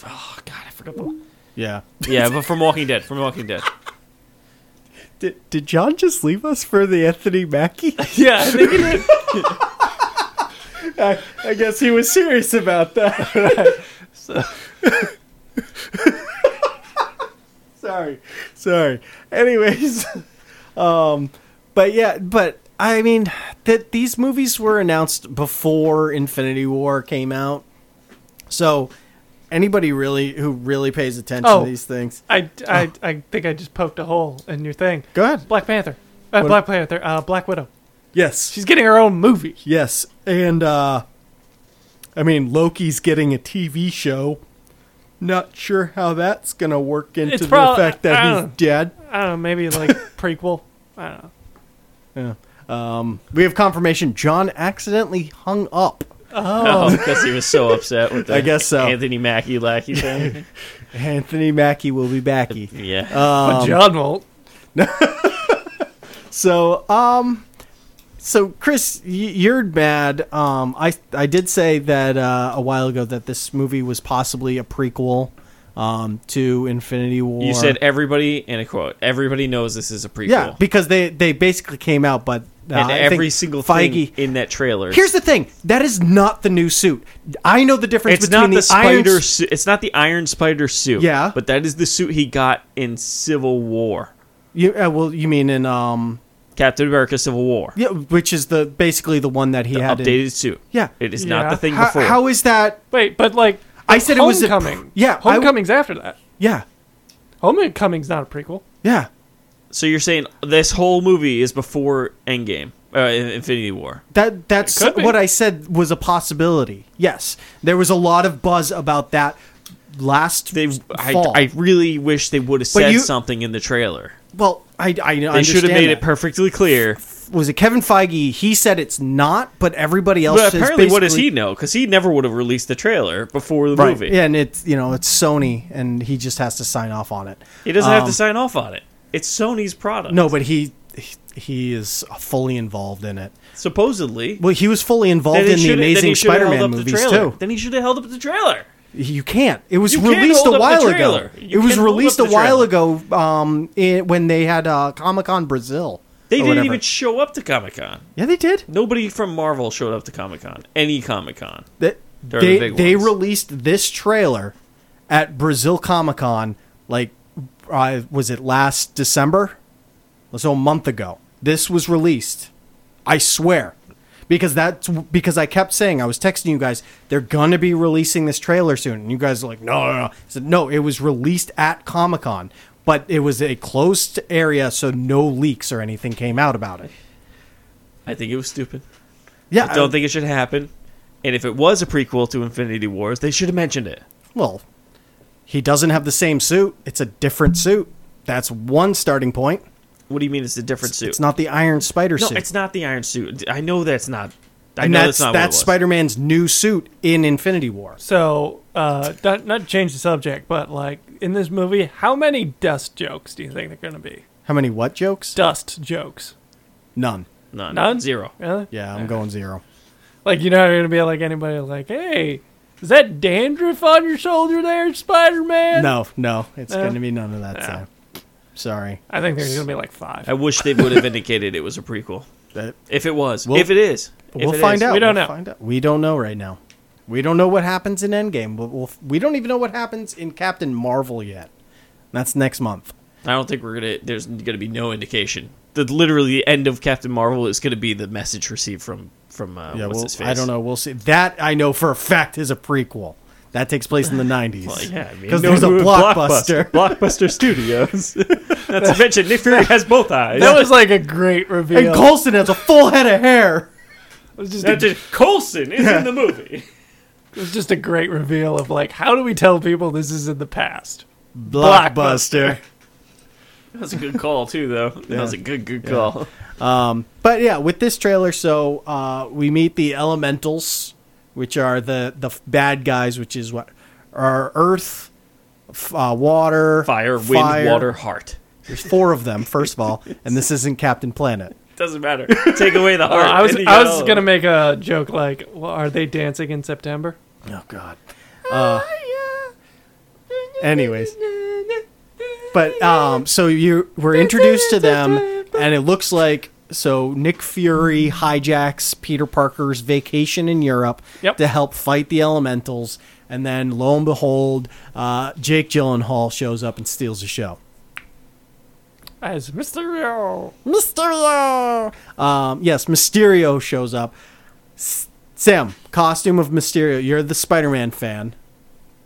Speaker 5: Oh God, I forgot. The...
Speaker 6: Yeah.
Speaker 5: *laughs* Yeah, but from Walking Dead. From Walking Dead.
Speaker 6: Did, did John just leave us for the Anthony Mackie?
Speaker 8: yeah, I think it
Speaker 6: I, I guess he was serious about that. So. sorry, sorry. Anyways, um, but yeah, but I mean that these movies were announced before Infinity War came out, so anybody really who really pays attention
Speaker 8: Oh.
Speaker 6: to these things,
Speaker 8: I, I, I think I just poked a hole in your thing.
Speaker 6: Oh. go ahead.
Speaker 8: Black Panther. Uh,
Speaker 6: What-
Speaker 8: Black Panther. Uh, Black Widow.
Speaker 6: Yes,
Speaker 8: She's getting her own movie.
Speaker 6: Yes, and uh I mean Loki's getting a TV show. Not sure how that's gonna work into
Speaker 8: It's
Speaker 6: the
Speaker 8: prob-
Speaker 6: fact that
Speaker 8: I
Speaker 6: he's
Speaker 8: don't-
Speaker 6: dead.
Speaker 8: I don't know, maybe like
Speaker 6: *laughs*
Speaker 8: prequel. I don't know.
Speaker 6: We have confirmation. John accidentally hung up.
Speaker 5: Oh, because he was so upset with the
Speaker 6: I guess so.
Speaker 5: Anthony Mackie lackey thing.
Speaker 6: Anthony Mackie will be *laughs* backy.
Speaker 5: Yeah.
Speaker 6: Oh, Um,
Speaker 8: but John won't.
Speaker 6: So, um, so Chris, y- you're mad. Um, I I did say that uh, a while ago that this movie was possibly a prequel, um, to Infinity War.
Speaker 5: you said everybody in a quote. Everybody knows this is a prequel.
Speaker 6: yeah, because they they basically came out, but uh,
Speaker 5: and
Speaker 6: I think
Speaker 5: every single
Speaker 6: Feige
Speaker 5: thing in that trailer.
Speaker 6: Here's the thing. That is not the new suit. I know the difference
Speaker 5: it's
Speaker 6: between
Speaker 5: not the, spider
Speaker 6: Iron...
Speaker 5: suit. It's not the Iron Spider suit.
Speaker 6: Yeah.
Speaker 5: but that is the suit he got in Civil War.
Speaker 6: You, uh, well, you mean in um,
Speaker 5: Captain America: Civil War.
Speaker 6: yeah, which is the basically the one that he had in-
Speaker 5: updated suit.
Speaker 6: Yeah.
Speaker 5: it is
Speaker 8: Yeah.
Speaker 5: not the thing
Speaker 6: How-
Speaker 5: before.
Speaker 6: how is that?
Speaker 8: Wait, but like
Speaker 6: I said it was a-
Speaker 8: Homecoming.
Speaker 6: yeah, I w-
Speaker 8: Homecoming's after that.
Speaker 6: Yeah,
Speaker 8: Homecoming's not a prequel.
Speaker 6: yeah.
Speaker 5: so you're saying this whole movie is before Endgame, uh, In- Infinity War?
Speaker 6: That that's
Speaker 8: could be.
Speaker 6: what I said was a possibility. Yes, there was a lot of buzz about that last
Speaker 5: They, I,
Speaker 6: fall.
Speaker 5: I really wish they would have said
Speaker 6: you-
Speaker 5: something in the trailer.
Speaker 6: well, I I
Speaker 5: They should have made it
Speaker 6: perfect.
Speaker 5: perfectly clear.
Speaker 6: was it Kevin Feige? He said it's not, but everybody else.
Speaker 5: But
Speaker 6: has
Speaker 5: apparently, what does
Speaker 6: basically-
Speaker 5: he know? Because he never would have released the trailer before the
Speaker 6: Right.
Speaker 5: movie.
Speaker 6: Yeah, and it's you know it's Sony, and he just has to sign off on it.
Speaker 5: He doesn't have
Speaker 6: Um,
Speaker 5: to sign off on it. It's Sony's product.
Speaker 6: No, but he he- he is fully involved in it.
Speaker 5: supposedly.
Speaker 6: Well, he was fully involved
Speaker 5: Then he
Speaker 6: in the
Speaker 5: shoulda- then he
Speaker 6: Amazing
Speaker 5: shoulda held
Speaker 6: Spider-Man
Speaker 5: up the
Speaker 6: movies
Speaker 5: trailer.
Speaker 6: too.
Speaker 5: Then he should have held up the trailer.
Speaker 6: You can't. It was
Speaker 5: You can't
Speaker 6: released
Speaker 5: hold
Speaker 6: a
Speaker 5: up the
Speaker 6: while ago.
Speaker 5: trailer. You
Speaker 6: It was
Speaker 5: can't hold
Speaker 6: released a
Speaker 5: up the trailer.
Speaker 6: while ago um, in, when they had uh, Comic Con Brazil.
Speaker 5: They
Speaker 6: or
Speaker 5: didn't
Speaker 6: whatever.
Speaker 5: even show up to Comic Con.
Speaker 6: yeah, they did.
Speaker 5: Nobody from Marvel showed up to Comic Con. Any Comic Con.
Speaker 6: They
Speaker 5: They're
Speaker 6: they,
Speaker 5: the big
Speaker 6: they
Speaker 5: ones.
Speaker 6: released this trailer at Brazil Comic Con. Like, uh, was it last December? So a month ago, this was released. I swear, because that's because I kept saying I was texting you guys. They're gonna be releasing this trailer soon, and you guys are like, no, no, no. I said no. It was released at Comic Con, but it was a closed area, so no leaks or anything came out about it.
Speaker 5: I think it was stupid.
Speaker 6: Yeah,
Speaker 5: I don't think it should happen. And if it was a prequel to Infinity Wars, they should have mentioned it.
Speaker 6: Well, he doesn't have the same suit. It's a different suit. That's one starting point.
Speaker 5: What do you mean it's a different suit?
Speaker 6: It's not the Iron Spider
Speaker 5: no,
Speaker 6: suit.
Speaker 5: it's not the Iron Suit. I know that's not. I
Speaker 6: and
Speaker 5: know
Speaker 6: that's
Speaker 5: that's, not what
Speaker 6: that's
Speaker 5: it was.
Speaker 6: Spider Man's new suit in Infinity War.
Speaker 8: So, uh, not, not to change the subject, but like in this movie, how many dust jokes do you think they're going to be?
Speaker 6: How many what jokes?
Speaker 8: Dust jokes.
Speaker 6: None.
Speaker 5: None.
Speaker 8: None?
Speaker 5: Zero.
Speaker 8: Really?
Speaker 6: Yeah, I'm going zero.
Speaker 8: Like, you're not going to be like anybody like, hey, is that dandruff on your shoulder there, Spider Man?
Speaker 6: No, no, it's
Speaker 8: No.
Speaker 6: going to be none of that. So. Sorry.
Speaker 8: I think there's going to be like five.
Speaker 5: I wish they would have *laughs* indicated it was a prequel.
Speaker 6: That,
Speaker 5: If it was.
Speaker 6: We'll-
Speaker 5: if it is.
Speaker 6: but
Speaker 5: If
Speaker 6: we'll
Speaker 5: it
Speaker 6: find
Speaker 5: is.
Speaker 6: out.
Speaker 8: We don't
Speaker 6: We'll
Speaker 8: know.
Speaker 6: Find out. We don't know right now. We don't know what happens in Endgame. But we'll, we don't even know what happens in Captain Marvel yet. That's next month.
Speaker 5: I don't think we're gonna. There's gonna be no indication. The literally the end of Captain Marvel is gonna be the message received from from uh,
Speaker 6: Yeah,
Speaker 5: what's
Speaker 6: well,
Speaker 5: his face.
Speaker 6: I don't know. We'll see. That I know for a fact is a prequel. That takes place
Speaker 5: *laughs*
Speaker 6: in the '90s.
Speaker 5: Well, yeah, I mean, *laughs*
Speaker 6: because there's a blockbuster.
Speaker 5: Blockbuster Studios. *laughs* Not to mention, Nick Fury has both eyes. *laughs*
Speaker 8: that was like a great reveal.
Speaker 6: and Colson has a full head of hair.
Speaker 8: it, was just
Speaker 5: Not
Speaker 8: a,
Speaker 5: to- Coulson is in the movie.
Speaker 8: it was just a great reveal of like, how do we tell people this is in the past?
Speaker 6: Blockbuster.
Speaker 5: That was a good call too, though. That was a good good call.
Speaker 6: *laughs* But yeah, with this trailer, so uh, we meet the Elementals, which are the the f- bad guys, which is what are Earth, f- uh, water,
Speaker 5: Fire, wind, water, heart.
Speaker 6: There's four of them, first of all, and this isn't Captain Planet.
Speaker 5: Doesn't matter. Take away the
Speaker 8: Uh,
Speaker 5: heart.
Speaker 8: I was
Speaker 5: and you
Speaker 8: I
Speaker 5: got
Speaker 8: was
Speaker 5: all of
Speaker 8: gonna
Speaker 5: it.
Speaker 8: make a joke like, well, are they dancing in September?
Speaker 6: Oh God. Uh, anyways, but um, so you were introduced to them, and it looks like So Nick Fury hijacks Peter Parker's vacation in Europe
Speaker 8: Yep.
Speaker 6: to help fight the elementals, and then lo and behold, uh, Jake Gyllenhaal shows up and steals the show.
Speaker 8: As Mysterio.
Speaker 6: Mysterio. Um, yes, Mysterio shows up. S- Sam, costume of Mysterio. You're the Spider-Man fan.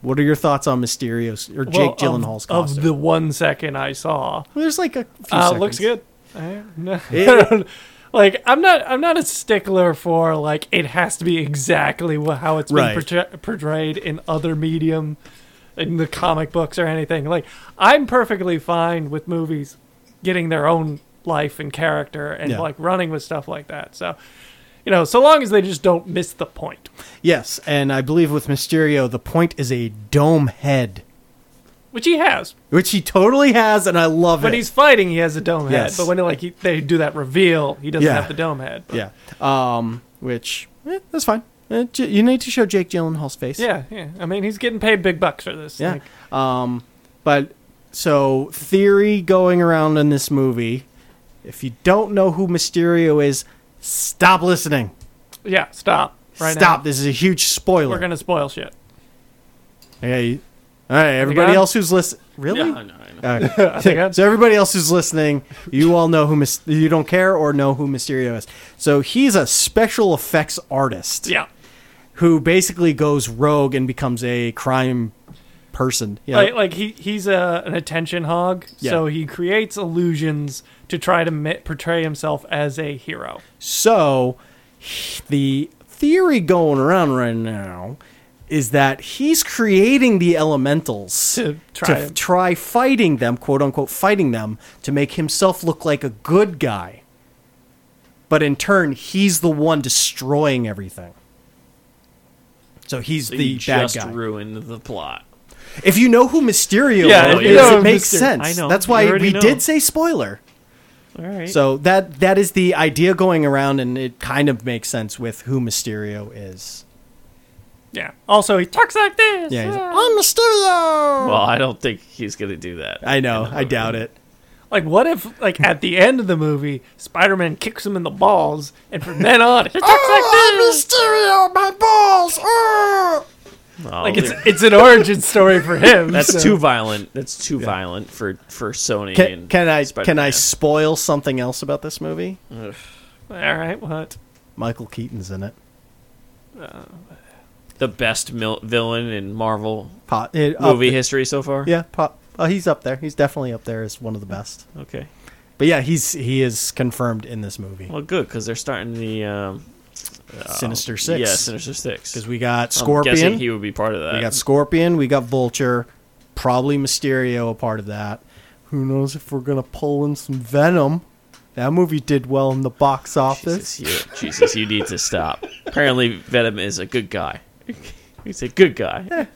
Speaker 6: What are your thoughts on Mysterio's or
Speaker 8: Well,
Speaker 6: Jake
Speaker 8: of-
Speaker 6: Gyllenhaal's
Speaker 8: of,
Speaker 6: costume?
Speaker 8: the one second I saw.
Speaker 6: Well, there's like a few
Speaker 8: Uh,
Speaker 6: seconds.
Speaker 8: looks good. I, no, I don't- *laughs* like I'm not I'm not a stickler for like it has to be exactly wha- how it's
Speaker 6: Right.
Speaker 8: been portray- portrayed in other medium, in the comic books or anything. Like I'm perfectly fine with movies getting their own life and character and
Speaker 6: Yeah.
Speaker 8: like running with stuff like that. So. You know, so long as they just don't miss the point,
Speaker 6: Yes, and I believe with Mysterio, the point is a dome head,
Speaker 8: which he has.
Speaker 6: which he totally has, and I love
Speaker 8: When
Speaker 6: it.
Speaker 8: he's fighting, he has a dome
Speaker 6: Yes.
Speaker 8: head. But when like he, they do that reveal, he doesn't
Speaker 6: Yeah.
Speaker 8: have the dome head. But-
Speaker 6: yeah, um, which eh, that's fine. Eh, J- you need to show Jake Gyllenhaal's face.
Speaker 8: Yeah, yeah. I mean, he's getting paid big bucks for this.
Speaker 6: Yeah.
Speaker 8: Like,
Speaker 6: um, but so theory going around in this movie. If you don't know who Mysterio is, stop listening.
Speaker 8: yeah. Stop. Right
Speaker 6: stop.
Speaker 8: now.
Speaker 6: This is a huge spoiler.
Speaker 8: We're gonna spoil shit.
Speaker 6: Okay. All right, everybody
Speaker 8: got it?
Speaker 6: else who's listening. Really?
Speaker 5: Yeah, I know, I know.
Speaker 6: *laughs* All right.
Speaker 8: think I-
Speaker 6: so everybody else who's listening, you all know who Mys- you don't care or know who Mysterio is. So he's a special effects artist
Speaker 8: Yeah.
Speaker 6: who basically goes rogue and becomes a crime person. Yeah.
Speaker 8: Like, like he he's a, an attention hog,
Speaker 6: Yeah.
Speaker 8: so he creates illusions to try to mi- portray himself as a hero.
Speaker 6: So he- the theory going around right now is that he's creating the elementals
Speaker 8: To try
Speaker 6: to f-
Speaker 8: to-
Speaker 6: try fighting them, quote unquote, fighting them to make himself look like a good guy. But in turn, he's the one destroying everything. So he's
Speaker 5: So
Speaker 6: the
Speaker 5: you
Speaker 6: bad
Speaker 5: just
Speaker 6: guy.
Speaker 5: ruined the plot.
Speaker 6: if you know who Mysterio
Speaker 8: Yeah,
Speaker 6: is,
Speaker 8: if you know
Speaker 6: it
Speaker 8: who
Speaker 6: makes
Speaker 8: Mysterio-
Speaker 6: sense.
Speaker 5: I know.
Speaker 6: That's why
Speaker 5: You already
Speaker 6: we
Speaker 5: know.
Speaker 6: did say spoiler.
Speaker 5: All right.
Speaker 6: So that that is the idea going around, and it kind of makes sense with who Mysterio is.
Speaker 8: Yeah. Also, he talks like this.
Speaker 6: Yeah, he's like,
Speaker 8: Ah.
Speaker 6: I'm Mysterio.
Speaker 5: well, I don't think he's gonna do that.
Speaker 6: I know, I doubt it.
Speaker 8: Like, what if like at the end of the movie, Spider-Man kicks him in the balls, and from then on, he talks
Speaker 6: Oh!
Speaker 8: like this.
Speaker 6: Mysterio, my balls. Oh!
Speaker 5: Oh,
Speaker 8: Like it's
Speaker 5: there-
Speaker 8: it's an origin story for him.
Speaker 5: that's
Speaker 8: so-
Speaker 5: too violent. That's too violent for for Sony.
Speaker 6: Can,
Speaker 5: and
Speaker 6: can I can I
Speaker 5: Spider-Man.
Speaker 6: spoil something else about this movie?
Speaker 8: All right. What?
Speaker 6: Michael Keaton's in it.
Speaker 5: the best mil- villain in Marvel
Speaker 6: Po- it up
Speaker 5: movie
Speaker 6: the-
Speaker 5: history so far?
Speaker 6: Yeah, po- uh, he's up there. He's definitely up there as one of the best.
Speaker 5: Okay.
Speaker 6: But yeah, he's he is confirmed in this movie.
Speaker 5: Well, good because they're starting the um,
Speaker 8: Oh,
Speaker 6: Sinister Six.
Speaker 5: Yeah, Sinister Six.
Speaker 6: because we got
Speaker 5: I'm
Speaker 6: Scorpion.
Speaker 5: guessing he would be part of that.
Speaker 6: We got Scorpion, we got Vulture, probably Mysterio a part of that. Who knows if we're gonna pull in some Venom? That movie did well in the box office.
Speaker 5: Jesus, you, Jesus, you need to stop. Apparently, Venom is a good guy. *laughs* He's a good guy.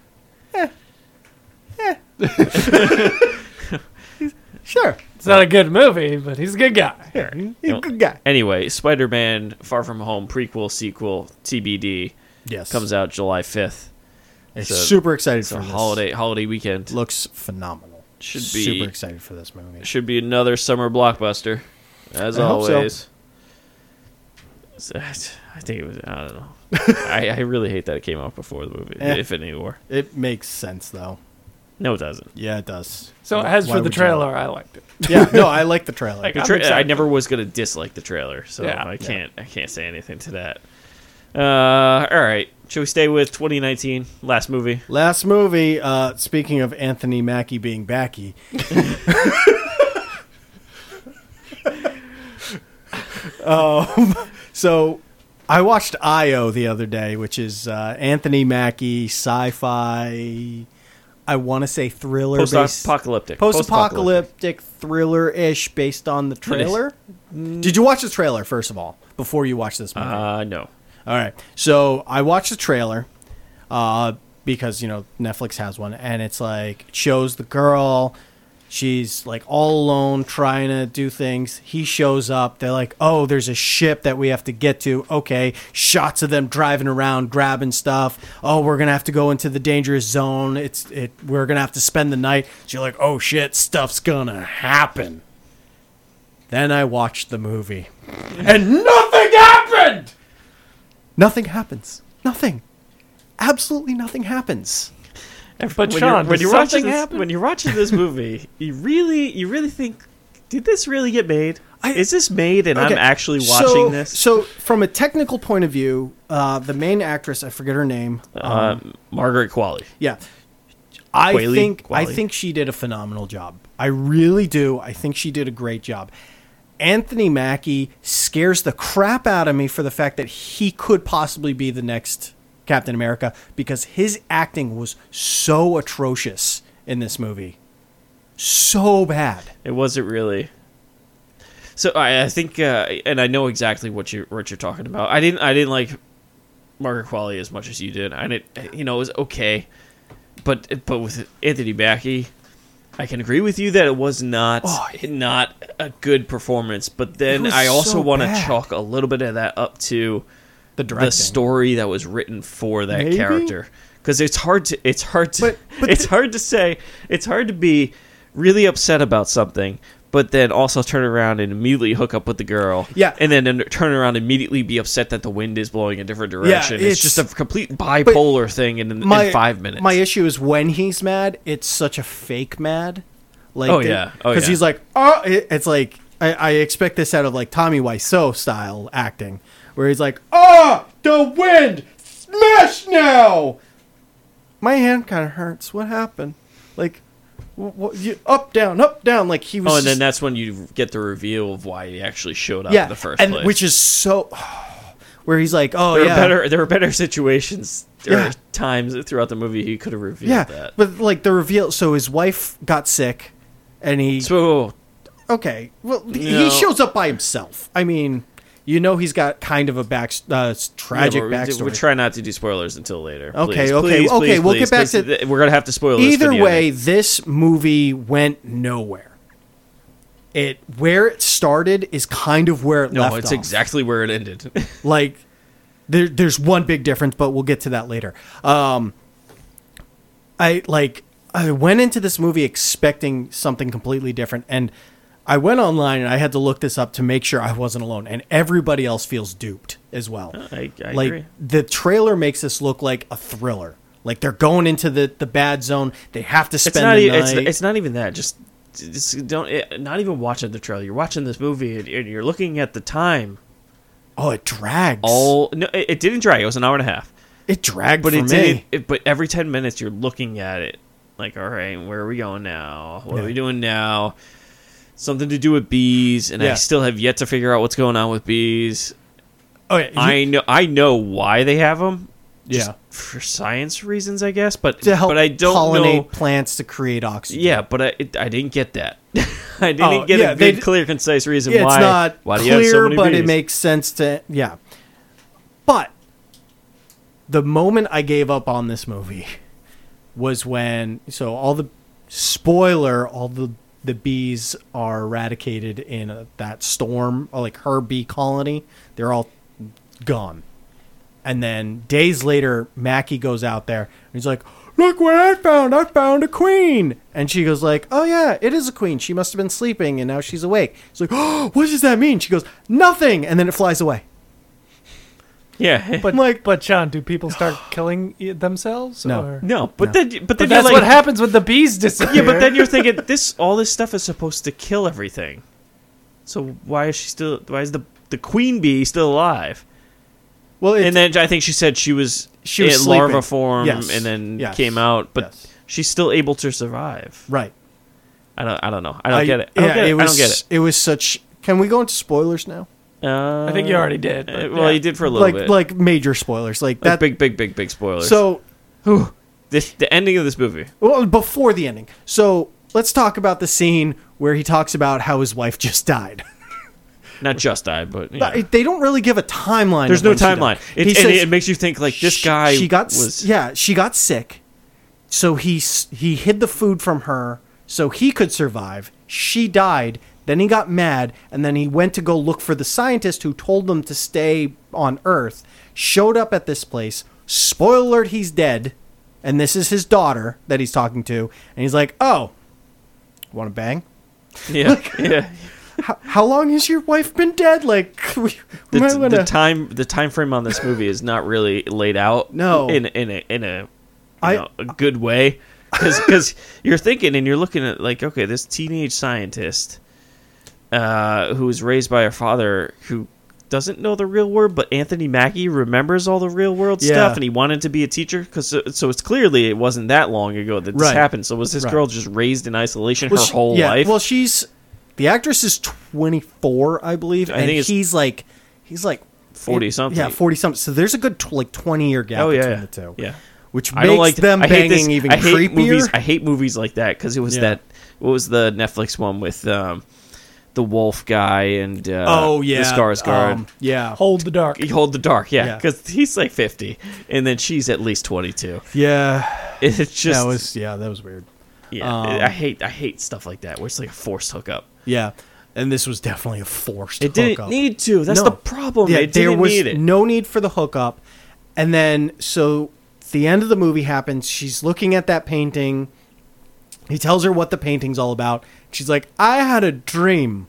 Speaker 6: Sure,
Speaker 8: It's not a good movie, but he's a good guy.
Speaker 6: *laughs* he's a good guy.
Speaker 5: Anyway, Spider-Man: Far From Home prequel sequel TBD
Speaker 6: Yes,
Speaker 5: comes out July fifth.
Speaker 6: It's
Speaker 5: a-
Speaker 6: super excited
Speaker 5: It's
Speaker 6: for
Speaker 5: a
Speaker 6: this.
Speaker 5: holiday holiday weekend.
Speaker 6: Looks phenomenal.
Speaker 5: Should be-
Speaker 6: super excited for this movie.
Speaker 5: Should be another summer blockbuster, as
Speaker 6: I hope so.
Speaker 5: always. So, I think it was. I don't know. I, I really hate that it came out before the movie,
Speaker 6: Eh.
Speaker 5: if anywhere.
Speaker 6: It makes sense though.
Speaker 5: No, it doesn't.
Speaker 6: Yeah, it does.
Speaker 8: So
Speaker 6: Why-
Speaker 8: as
Speaker 6: why
Speaker 8: for the
Speaker 6: would you
Speaker 8: trailer, I liked it.
Speaker 6: *laughs* not? yeah, no, I like the trailer.
Speaker 8: Like,
Speaker 5: The
Speaker 8: I'm
Speaker 5: tra- I
Speaker 8: excited.
Speaker 5: never was gonna dislike the trailer, so
Speaker 8: Yeah.
Speaker 5: I can't. I can't say anything to that. Uh, all right. Should we stay with 2019 last movie?
Speaker 6: Last movie. Uh, speaking of Anthony Mackie being backy, *laughs* um, so I watched Io the other day, which is uh, Anthony Mackie sci-fi. I want to say thriller, based-
Speaker 5: Post-apocalyptic.
Speaker 6: post-apocalyptic Mm. thriller-ish, based on the trailer. Did you watch the trailer first of all before you watched this movie?
Speaker 5: Uh, no.
Speaker 6: All right. So I watched the trailer uh, because, you know, Netflix has one. And it's like, it shows the girl. She's like all alone trying to do things. He shows up. They're like, oh, there's a ship that we have to get to. Okay. Shots of them driving around, grabbing stuff. Oh, we're going to have to go into the dangerous zone. It's it. We're going to have to spend the night. So you're like, oh, shit, stuff's going to happen. Then I watched the movie.
Speaker 8: and nothing happened.
Speaker 6: Nothing happens. Nothing. Absolutely nothing happens.
Speaker 8: But
Speaker 5: when
Speaker 8: Sean,
Speaker 5: you're, when
Speaker 8: does
Speaker 5: you're
Speaker 8: something
Speaker 5: watching this,
Speaker 8: happen?
Speaker 5: when you're watching this movie, you really you really think, did this really get made?
Speaker 6: I-
Speaker 5: Is this made and I'm
Speaker 6: Okay,
Speaker 5: actually watching
Speaker 6: so,
Speaker 5: this?
Speaker 6: So, from a technical point of view, uh, the main actress, I forget her name.
Speaker 5: uh, Margaret Qualley.
Speaker 6: Yeah. I
Speaker 5: Quayle?
Speaker 6: think I
Speaker 5: Quayle?
Speaker 6: think she did a phenomenal job. I really do. I think she did a great job. Anthony Mackie scares the crap out of me for the fact that he could possibly be the next Captain America because his acting was so atrocious in this movie. So bad.
Speaker 5: It wasn't really. So I, I think, uh, and I know exactly what you what you're talking about. I didn't I didn't like Margaret Qualley as much as you did. I didn't, you know, it was okay, but but with Anthony Mackie, I can agree with you that it was not
Speaker 6: Oh, it-
Speaker 5: not a good performance. But then
Speaker 6: was
Speaker 5: I also
Speaker 6: so
Speaker 5: want to
Speaker 6: bad.
Speaker 5: chalk a little bit of that up to
Speaker 6: The directing.
Speaker 5: the story that was written for that
Speaker 6: Maybe?
Speaker 5: character because it's hard to it's hard to *laughs*
Speaker 6: But- but
Speaker 5: it's
Speaker 6: the-
Speaker 5: hard to say it's hard to be really upset about something but then also turn around and immediately hook up with the girl
Speaker 6: Yeah.
Speaker 5: and then and turn around and immediately be upset that the wind is blowing a different direction it's,
Speaker 6: it's-
Speaker 5: just a complete bipolar thing in, in five minutes
Speaker 6: My issue is when he's mad, it's such a fake mad. Like,
Speaker 5: Oh, yeah. Oh,
Speaker 6: because
Speaker 5: yeah.
Speaker 6: he's like, oh, it- it's like I, I expect this out of like Tommy Wiseau style acting, where he's like, ah, the wind, smash now. My hand kind of hurts. What happened? Like, wh- wh- you, up down, up down. Like he was.
Speaker 5: oh and then
Speaker 6: just-
Speaker 5: that's when you get the reveal of why he actually showed up
Speaker 6: yeah,
Speaker 5: in the first
Speaker 6: and
Speaker 5: place
Speaker 6: which is so. *sighs* Where he's like, oh
Speaker 5: there
Speaker 6: yeah,
Speaker 5: are better there are better situations there
Speaker 6: Yeah.
Speaker 5: are times throughout the movie he could have revealed
Speaker 6: yeah.
Speaker 5: that
Speaker 6: But like the reveal, so his wife got sick, and he
Speaker 5: so
Speaker 6: okay. Well, th-
Speaker 5: No.
Speaker 6: he shows up by himself. I mean, you know, he's got kind of a back uh, s- tragic
Speaker 5: Yeah, but we-
Speaker 6: backstory.
Speaker 5: We try not to do spoilers until later.
Speaker 6: Okay,
Speaker 5: Please,
Speaker 6: okay,
Speaker 5: please,
Speaker 6: okay,
Speaker 5: please,
Speaker 6: we'll get
Speaker 5: please,
Speaker 6: back
Speaker 5: 'cause
Speaker 6: to-
Speaker 5: th- We're gonna have to spoil. this for
Speaker 6: Either
Speaker 5: the
Speaker 6: way,
Speaker 5: audience.
Speaker 6: this movie went nowhere. It where it started is kind of where it left
Speaker 5: no, it's
Speaker 6: off.
Speaker 5: exactly where it ended.
Speaker 6: like there, there's one big difference but we'll get to that later um i like i went into this movie expecting something completely different and i went online and i had to look this up to make sure i wasn't alone and everybody else feels duped as well
Speaker 5: *laughs* Oh, I- I
Speaker 6: like
Speaker 5: agree.
Speaker 6: the trailer makes this look like a thriller like they're going into the the bad zone they have to spend
Speaker 5: it's not.
Speaker 6: the
Speaker 5: e-
Speaker 6: night
Speaker 5: It's, it's not even that. Just, just don't. eh, Not even watching the trailer. You're watching this movie and, and you're looking at the time.
Speaker 6: oh it drags
Speaker 5: All no, it, it didn't drag. It was an hour and a half.
Speaker 6: it dragged
Speaker 5: But
Speaker 6: for
Speaker 5: it
Speaker 6: me
Speaker 5: did. It, but every ten minutes, you're looking at it. Like, all right, where are we going now? What are
Speaker 6: Yeah.
Speaker 5: we doing now? Something to do with bees, and I
Speaker 6: Yeah.
Speaker 5: still have yet to figure out what's going on with bees.
Speaker 6: oh, yeah, you-
Speaker 5: I know I know why they have them. just
Speaker 6: Yeah.
Speaker 5: for science reasons, I guess. But
Speaker 6: to help
Speaker 5: but I don't
Speaker 6: pollinate
Speaker 5: know.
Speaker 6: plants to create oxygen
Speaker 5: Yeah, but I it, I didn't get that. *laughs* I didn't
Speaker 6: Oh,
Speaker 5: get
Speaker 6: yeah,
Speaker 5: a
Speaker 6: they
Speaker 5: good,
Speaker 6: d-
Speaker 5: clear, concise reason
Speaker 6: it's
Speaker 5: why.
Speaker 6: not
Speaker 5: why do you
Speaker 6: clear,
Speaker 5: have so many
Speaker 6: but it
Speaker 5: bees?
Speaker 6: makes sense to yeah. But the moment I gave up on this movie was when so all the spoiler all the the bees are eradicated in a, that storm or like her bee colony they're all gone and then days later Mackie goes out there and he's like look what I found I found a queen and she goes like oh yeah it is a queen she must have been sleeping and now she's awake he's like oh, what does that mean she goes nothing and then it flies away *laughs*
Speaker 5: yeah.
Speaker 8: But
Speaker 6: I'm like-
Speaker 8: but Sean, do
Speaker 5: *sighs*
Speaker 8: people start killing i- themselves?
Speaker 6: No.
Speaker 8: Or?
Speaker 5: *laughs* no, but then but then
Speaker 8: But
Speaker 5: you're
Speaker 8: that's what
Speaker 5: like-
Speaker 8: happens when the bees disappear.
Speaker 5: Yeah, but then you're
Speaker 6: *laughs*
Speaker 5: thinking this all this stuff is supposed to kill everything. So why is she still? Why is the the queen bee still alive?
Speaker 6: well it,
Speaker 5: and then I think she said she was
Speaker 6: She was
Speaker 5: in larva
Speaker 6: sleeping.
Speaker 5: form
Speaker 6: Yes.
Speaker 5: and then
Speaker 6: Yes.
Speaker 5: came out, but
Speaker 6: Yes.
Speaker 5: she's still able to survive.
Speaker 6: right
Speaker 5: I don't. I don't know. I don't get it. I
Speaker 6: yeah
Speaker 5: don't get it.
Speaker 6: was
Speaker 5: I don't get it.
Speaker 6: was such can we go into spoilers now
Speaker 5: Uh,
Speaker 8: I think you already did.
Speaker 5: Uh,
Speaker 8: but
Speaker 5: well,
Speaker 8: yeah.
Speaker 5: you did for a little
Speaker 6: like
Speaker 5: bit.
Speaker 6: like major spoilers like
Speaker 5: Like
Speaker 6: that
Speaker 5: big, big, big, big spoilers.
Speaker 6: so
Speaker 5: this, the ending of this movie.
Speaker 6: Well, before the ending. So let's talk about the scene where he talks about how his wife just died.
Speaker 5: Not just died, but you know.
Speaker 6: They don't really give a timeline.
Speaker 5: there's
Speaker 6: of
Speaker 5: no
Speaker 6: when she died.
Speaker 5: timeline. It,
Speaker 6: He
Speaker 5: and
Speaker 6: says
Speaker 5: it makes you think like this
Speaker 6: sh-
Speaker 5: guy.
Speaker 6: She got s-
Speaker 5: was
Speaker 6: yeah. She got sick, so he s- he hid the food from her so he could survive. She died. Then he got mad, and then he went to go look for the scientist who told them to stay on Earth. Showed up at this place. Spoiler alert: he's dead, and this is his daughter that he's talking to, and he's like, "Oh, want to bang?" *laughs*
Speaker 5: yeah, yeah.
Speaker 6: how, how long has your wife been dead? Like, *laughs* we, we
Speaker 5: the,
Speaker 6: might
Speaker 5: t-
Speaker 6: wanna-
Speaker 5: the time the time frame on this movie is not really laid out.
Speaker 6: No.
Speaker 5: in in a in a, you
Speaker 6: I-
Speaker 5: know, a good way,
Speaker 6: *laughs*
Speaker 5: because you're thinking and you're looking at like okay, this teenage scientist uh, who was raised by her father who doesn't know the real world, but Anthony Mackie remembers all the real world
Speaker 6: Yeah.
Speaker 5: stuff, and he wanted to be a teacher because so, so it's clearly it wasn't that long ago that this
Speaker 6: Right.
Speaker 5: happened. So was this
Speaker 6: Right.
Speaker 5: girl just raised in isolation
Speaker 6: Well,
Speaker 5: her
Speaker 6: she-
Speaker 5: whole
Speaker 6: yeah,
Speaker 5: life?
Speaker 6: Well, she's the actress is 24, I believe,
Speaker 5: I
Speaker 6: and
Speaker 5: think it's-
Speaker 6: he's like he's like
Speaker 5: 40
Speaker 6: it-
Speaker 5: something.
Speaker 6: Yeah, 40 something. So there's a good tw- like 20 year gap
Speaker 5: Oh, yeah,
Speaker 6: between
Speaker 5: yeah.
Speaker 6: the two.
Speaker 5: Yeah.
Speaker 6: Which
Speaker 5: I
Speaker 6: makes
Speaker 5: don't like
Speaker 6: them
Speaker 5: I hate this,
Speaker 6: banging even
Speaker 5: I hate
Speaker 6: creepier.
Speaker 5: Movies, I uh, hate movies like that because it was
Speaker 6: Yeah.
Speaker 5: that. What was the Netflix one with um, the wolf guy and uh,
Speaker 6: oh yeah.
Speaker 5: the Skarsgård?
Speaker 6: Um, yeah.
Speaker 8: Hold the dark.
Speaker 5: He Hold the dark, yeah,
Speaker 6: Yeah.
Speaker 5: because he's like fifty, and then she's at least twenty-two.
Speaker 6: Yeah.
Speaker 5: It's just,
Speaker 6: that was yeah, that was weird.
Speaker 5: yeah,
Speaker 6: um,
Speaker 5: I hate, I hate stuff like that where it's like a forced hookup.
Speaker 6: Yeah. And this was definitely a forced
Speaker 5: It didn't
Speaker 6: hookup.
Speaker 5: need to. That's
Speaker 6: No.
Speaker 5: the problem.
Speaker 6: Yeah,
Speaker 5: it
Speaker 6: there
Speaker 5: didn't
Speaker 6: was
Speaker 5: need it.
Speaker 6: no need for the hookup. And then so the end of the movie happens. She's looking at that painting. He tells her what the painting's all about. She's like, "I had a dream."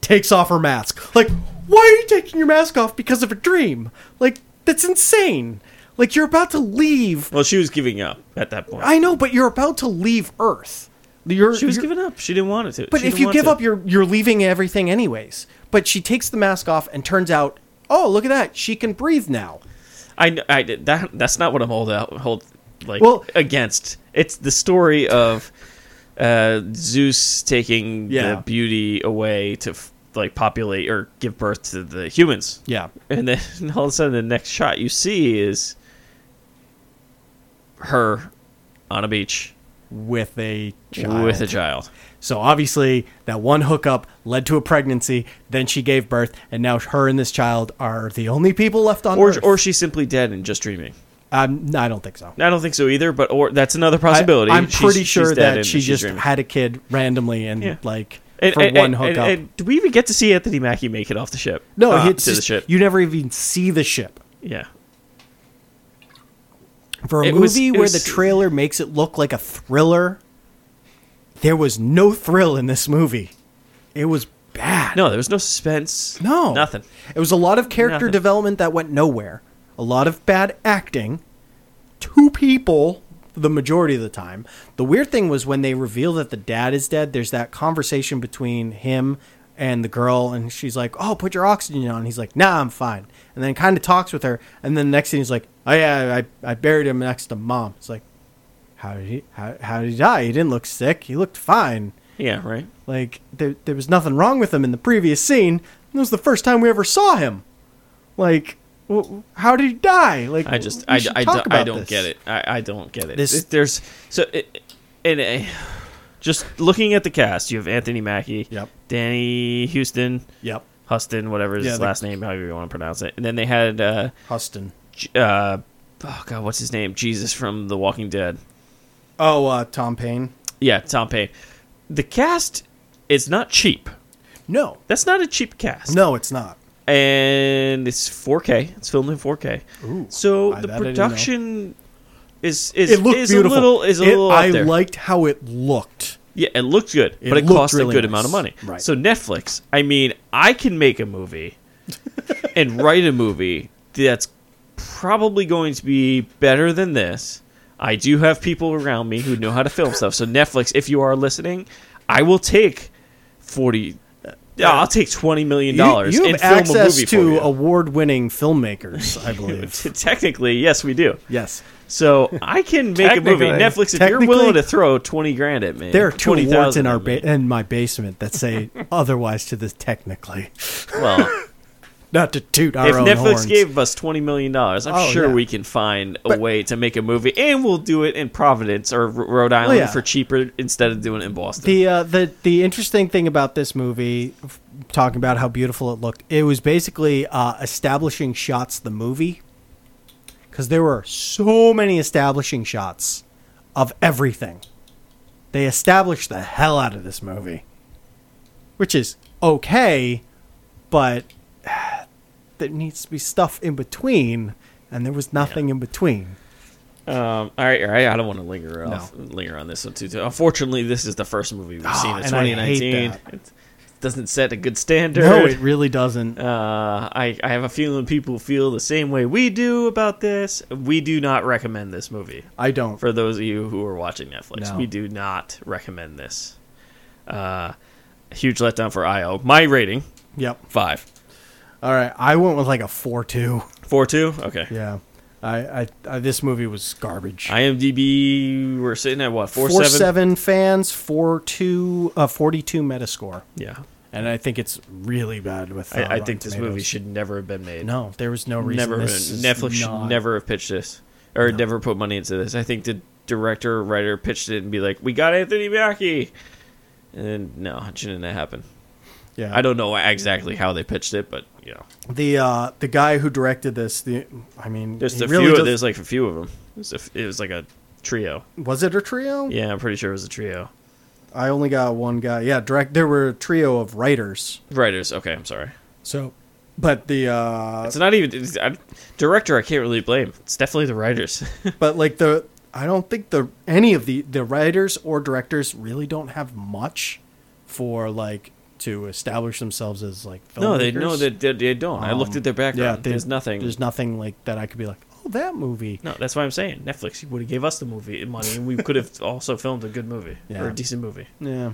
Speaker 6: Takes off her mask. Like, why are you taking your mask off because of a dream? Like, that's insane. Like you're about to leave.
Speaker 5: well, she was giving up at that point.
Speaker 6: I know, but you're about to leave Earth. You're,
Speaker 5: she was
Speaker 6: you're-
Speaker 5: giving up. She didn't want it to.
Speaker 6: but
Speaker 5: She
Speaker 6: if
Speaker 5: didn't
Speaker 6: you
Speaker 5: want
Speaker 6: give
Speaker 5: to.
Speaker 6: up, you're you're leaving everything anyways. But she takes the mask off and turns out, oh look at that, she can breathe now.
Speaker 5: I, kn- I did- that that's not what I'm hold out hold like
Speaker 6: Well-
Speaker 5: against. It's the story of uh, Zeus taking
Speaker 6: Yeah.
Speaker 5: the beauty away to f- like populate or give birth to the humans.
Speaker 6: Yeah,
Speaker 5: And then *laughs* all of a sudden, the next shot you see is her on a beach
Speaker 6: with a child.
Speaker 5: with a child.
Speaker 6: So obviously that one hookup led to a pregnancy. Then she gave birth, and now her and this child are the only people left on
Speaker 5: Or,
Speaker 6: Earth.
Speaker 5: or she's simply dead and just dreaming.
Speaker 6: um, no, I don't think so.
Speaker 5: I don't think so either, but or that's another
Speaker 6: I,
Speaker 5: possibility.
Speaker 6: am
Speaker 5: She's-
Speaker 6: pretty
Speaker 5: she's
Speaker 6: sure
Speaker 5: dead
Speaker 6: that
Speaker 5: and
Speaker 6: she
Speaker 5: she's
Speaker 6: just
Speaker 5: dreaming.
Speaker 6: had a kid randomly and
Speaker 5: Yeah.
Speaker 6: like
Speaker 5: And-
Speaker 6: for
Speaker 5: and-
Speaker 6: one
Speaker 5: and-
Speaker 6: hookup.
Speaker 5: and- and do we even get to see Anthony Mackie make it off the ship?
Speaker 6: no,
Speaker 5: Uh,
Speaker 6: it's
Speaker 5: to the
Speaker 6: just-
Speaker 5: ship.
Speaker 6: you never even see the ship.
Speaker 5: Yeah.
Speaker 6: For a
Speaker 5: It
Speaker 6: movie
Speaker 5: was- it
Speaker 6: where
Speaker 5: was-
Speaker 6: the trailer makes it look like a thriller, there was no thrill in this movie. It was bad.
Speaker 5: No, there was no suspense.
Speaker 6: No.
Speaker 5: Nothing.
Speaker 6: It was a lot of character
Speaker 5: Nothing.
Speaker 6: development that went nowhere, a lot of bad acting, two people the majority of the time. The weird thing was when they reveal that the dad is dead, there's that conversation between him and the girl, and she's like, Oh, put your oxygen on. He's like, Nah, I'm fine. And then kind of talks with her, and then the next thing he's like, Oh, yeah, I, I buried him next to mom. It's like, How did he, how, how did he die? He didn't look sick. He looked fine.
Speaker 5: Yeah, right?
Speaker 6: Like there, there was nothing wrong with him in the previous scene. That was the first time we ever saw him. Like, w- how did he die? Like,
Speaker 5: I just,
Speaker 6: we
Speaker 5: I,
Speaker 6: should
Speaker 5: I,
Speaker 6: talk
Speaker 5: don't- I
Speaker 6: about
Speaker 5: don't
Speaker 6: this.
Speaker 5: get it. I, I don't get it.
Speaker 6: This-
Speaker 5: It- There's, so, it, and uh, just looking at the cast, you have Anthony Mackie,
Speaker 6: Yep.
Speaker 5: Danny Houston,
Speaker 6: Yep,
Speaker 5: Huston, whatever his
Speaker 6: Yeah, the-
Speaker 5: last name, however you want to pronounce it. And then they had, uh,
Speaker 6: Huston.
Speaker 5: J- uh, oh God, what's his name? Jesus from The Walking Dead.
Speaker 6: Oh, uh, Tom Payne.
Speaker 5: Yeah, Tom Payne. The cast is not cheap.
Speaker 6: No,
Speaker 5: That's not a cheap cast.
Speaker 6: no, it's not.
Speaker 5: and it's 4K. It's filmed in 4K. so
Speaker 6: I-
Speaker 5: the
Speaker 6: that I didn't
Speaker 5: production is is
Speaker 6: It looked
Speaker 5: is
Speaker 6: beautiful.
Speaker 5: a little is a
Speaker 6: It-
Speaker 5: little out
Speaker 6: I
Speaker 5: there.
Speaker 6: liked how it looked.
Speaker 5: yeah, it looked good,
Speaker 6: It
Speaker 5: but it
Speaker 6: looked
Speaker 5: cost a
Speaker 6: really
Speaker 5: good
Speaker 6: nice.
Speaker 5: amount of money.
Speaker 6: Right.
Speaker 5: So Netflix, I mean, I can make a
Speaker 6: *laughs*
Speaker 5: movie and write a movie that's probably going to be better than this. I do have people around me who know how to film stuff. So Netflix, if you are listening, I will take 40 yeah, I'll take 20 million
Speaker 6: You,
Speaker 5: dollars
Speaker 6: you
Speaker 5: and
Speaker 6: have
Speaker 5: film a
Speaker 6: access
Speaker 5: movie for
Speaker 6: to
Speaker 5: you.
Speaker 6: award-winning filmmakers,
Speaker 5: *laughs*
Speaker 6: I believe.
Speaker 5: Technically, yes, we do.
Speaker 6: yes,
Speaker 5: So I can make a movie.
Speaker 8: Technically.
Speaker 5: Netflix, if you're
Speaker 6: Technically,
Speaker 5: willing to throw twenty grand at me,
Speaker 6: there are two awards
Speaker 5: 20,000
Speaker 6: in our
Speaker 5: at me.
Speaker 6: ba- in my basement that say otherwise to this. Technically,
Speaker 5: *laughs* Well,
Speaker 6: not to toot *laughs* our
Speaker 5: if
Speaker 6: own
Speaker 5: Netflix
Speaker 6: horns.
Speaker 5: gave us twenty million dollars, I'm
Speaker 6: Oh,
Speaker 5: sure
Speaker 6: yeah.
Speaker 5: we can find a
Speaker 6: But-
Speaker 5: way to make a movie, and we'll do it in Providence or R- Rhode Island
Speaker 6: Oh, yeah.
Speaker 5: for cheaper instead of doing it in Boston.
Speaker 6: The uh, the the interesting thing about this movie, f- talking about how beautiful it looked, it was basically uh, establishing shots. The movie, because there were so many establishing shots of everything. They established the hell out of this movie, which is okay, but *sighs* there needs to be stuff in between, and there was nothing in between.
Speaker 5: um, all right, all right. I don't want to linger off, linger on this one too. too. Unfortunately, this is the first movie we've seen in
Speaker 6: Oh, and I hate
Speaker 5: 2019.
Speaker 6: that.
Speaker 5: It's- doesn't set a good standard.
Speaker 6: No, it really doesn't.
Speaker 5: Uh, I, I have a feeling people feel the same way we do about this. We do not recommend this movie.
Speaker 6: I don't.
Speaker 5: For those of you who are watching Netflix,
Speaker 6: No.
Speaker 5: we do not recommend this. Uh, huge letdown for IO. My rating
Speaker 6: Yep.
Speaker 5: five
Speaker 6: All right. I went with like a four-two.
Speaker 5: four two. Okay.
Speaker 6: Yeah. I, I, I this movie was garbage.
Speaker 5: IMDb, we're sitting at what four,
Speaker 6: Four
Speaker 5: seven?
Speaker 6: seven fans, four two, uh, 42 Metascore,
Speaker 5: Yeah,
Speaker 6: and I think it's really bad with. uh,
Speaker 5: I, I
Speaker 6: Rotten
Speaker 5: think this movie
Speaker 6: Tomatoes.
Speaker 5: should never have been made.
Speaker 6: No, there was no reason.
Speaker 5: never.
Speaker 6: This is
Speaker 5: Netflix
Speaker 6: not-
Speaker 5: should never have pitched this or never put money into this. I think the director or writer pitched it and be like, "We got Anthony Mackie," and no, it shouldn't have happened.
Speaker 6: Yeah,
Speaker 5: I don't know exactly how they pitched it, but you know,
Speaker 6: The uh, the guy who directed this, the I mean,
Speaker 5: there's
Speaker 6: he
Speaker 5: a
Speaker 6: really
Speaker 5: few.
Speaker 6: does-
Speaker 5: There's like a few of them. It was, a f it was like a trio.
Speaker 6: was it a trio?
Speaker 5: Yeah, I'm pretty sure it was a trio.
Speaker 6: I only got one guy. Yeah, direct. There were a trio of writers.
Speaker 5: Writers. Okay, I'm sorry.
Speaker 6: So, but the uh,
Speaker 5: It's not even it's- I, director. I can't really blame. It's definitely the writers. *laughs*
Speaker 6: but like the I don't think the any of the the writers or directors really don't have much for like to establish themselves as like filmmakers. Um,
Speaker 5: no, they no, they, they, they don't. I looked at their background.
Speaker 6: they-
Speaker 5: there's nothing.
Speaker 6: There's nothing like that. I could be like, oh, that movie.
Speaker 5: No, that's why I'm saying Netflix. You would have gave us the movie money, and we could
Speaker 8: *laughs*
Speaker 5: have also filmed a good movie or
Speaker 6: Yeah.
Speaker 5: a decent movie.
Speaker 6: Yeah,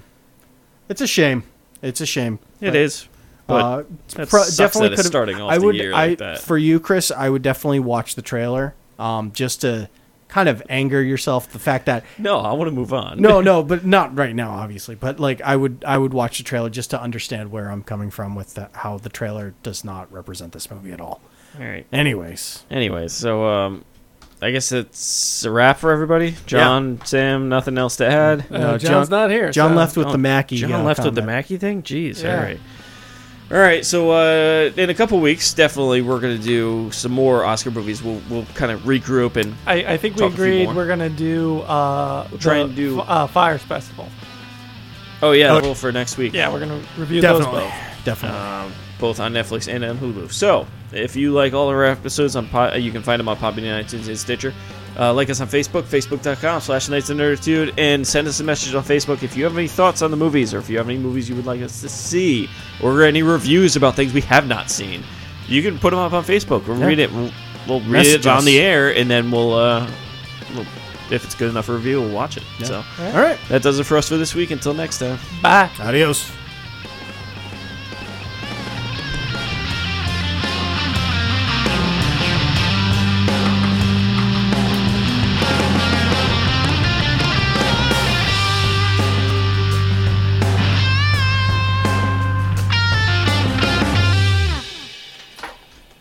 Speaker 6: it's a shame. It's a shame.
Speaker 5: It is, but
Speaker 6: Uh,
Speaker 5: that
Speaker 6: pro-
Speaker 5: sucks
Speaker 6: definitely
Speaker 5: that
Speaker 6: could've-
Speaker 5: it's starting off
Speaker 6: I would,
Speaker 5: the year
Speaker 6: I,
Speaker 5: like that.
Speaker 6: For you, Chris, I would definitely watch the trailer, um, just to kind of anger yourself the fact that
Speaker 5: no, I want to move on.
Speaker 6: no, no, but not right now, obviously. But like, I would, I would watch the trailer just to understand where I'm coming from with the, how the trailer does not represent this movie at all.
Speaker 5: *laughs* All right.
Speaker 6: Anyways,
Speaker 5: Anyway, so um, I guess it's a wrap for everybody. John, Sam, nothing else to add.
Speaker 8: Uh, John's
Speaker 6: John-
Speaker 8: not here.
Speaker 6: John
Speaker 8: so-
Speaker 6: left with
Speaker 5: John-
Speaker 6: the Mackie.
Speaker 5: John
Speaker 6: uh,
Speaker 5: left with the
Speaker 6: comment.
Speaker 5: Mackey thing. Jeez.
Speaker 8: Yeah.
Speaker 5: All right. All right. So uh, in a couple weeks, definitely we're gonna do some more Oscar movies. We'll we'll kind of regroup and
Speaker 8: I, I think we
Speaker 5: Talk a few
Speaker 8: agreed
Speaker 5: more.
Speaker 8: we're gonna do. Uh, we'll
Speaker 5: try and do-
Speaker 8: uh, Fires Festival.
Speaker 5: oh yeah, the rule for next week.
Speaker 8: Yeah, we're gonna review those
Speaker 6: Definitely,
Speaker 8: both. Uh,
Speaker 6: definitely.
Speaker 5: both on Netflix and on Hulu. So, if you like all our episodes on, Po- you can find them on Podbean, iTunes, and Stitcher. Uh, like us on Facebook, facebook.com slash Knights of Nerditude, and send us a message on Facebook if you have any thoughts on the movies, or if you have any movies you would like us to see, or any reviews about things we have not seen. You can put them up on Facebook. We'll read it. We'll, we'll read it
Speaker 6: Message
Speaker 5: on
Speaker 6: us.
Speaker 5: the air, and then we'll, uh, we'll, if it's good enough for review, we'll watch it. So
Speaker 6: all right,
Speaker 5: that does it for us for this week. Until next time.
Speaker 8: Bye.
Speaker 6: adios.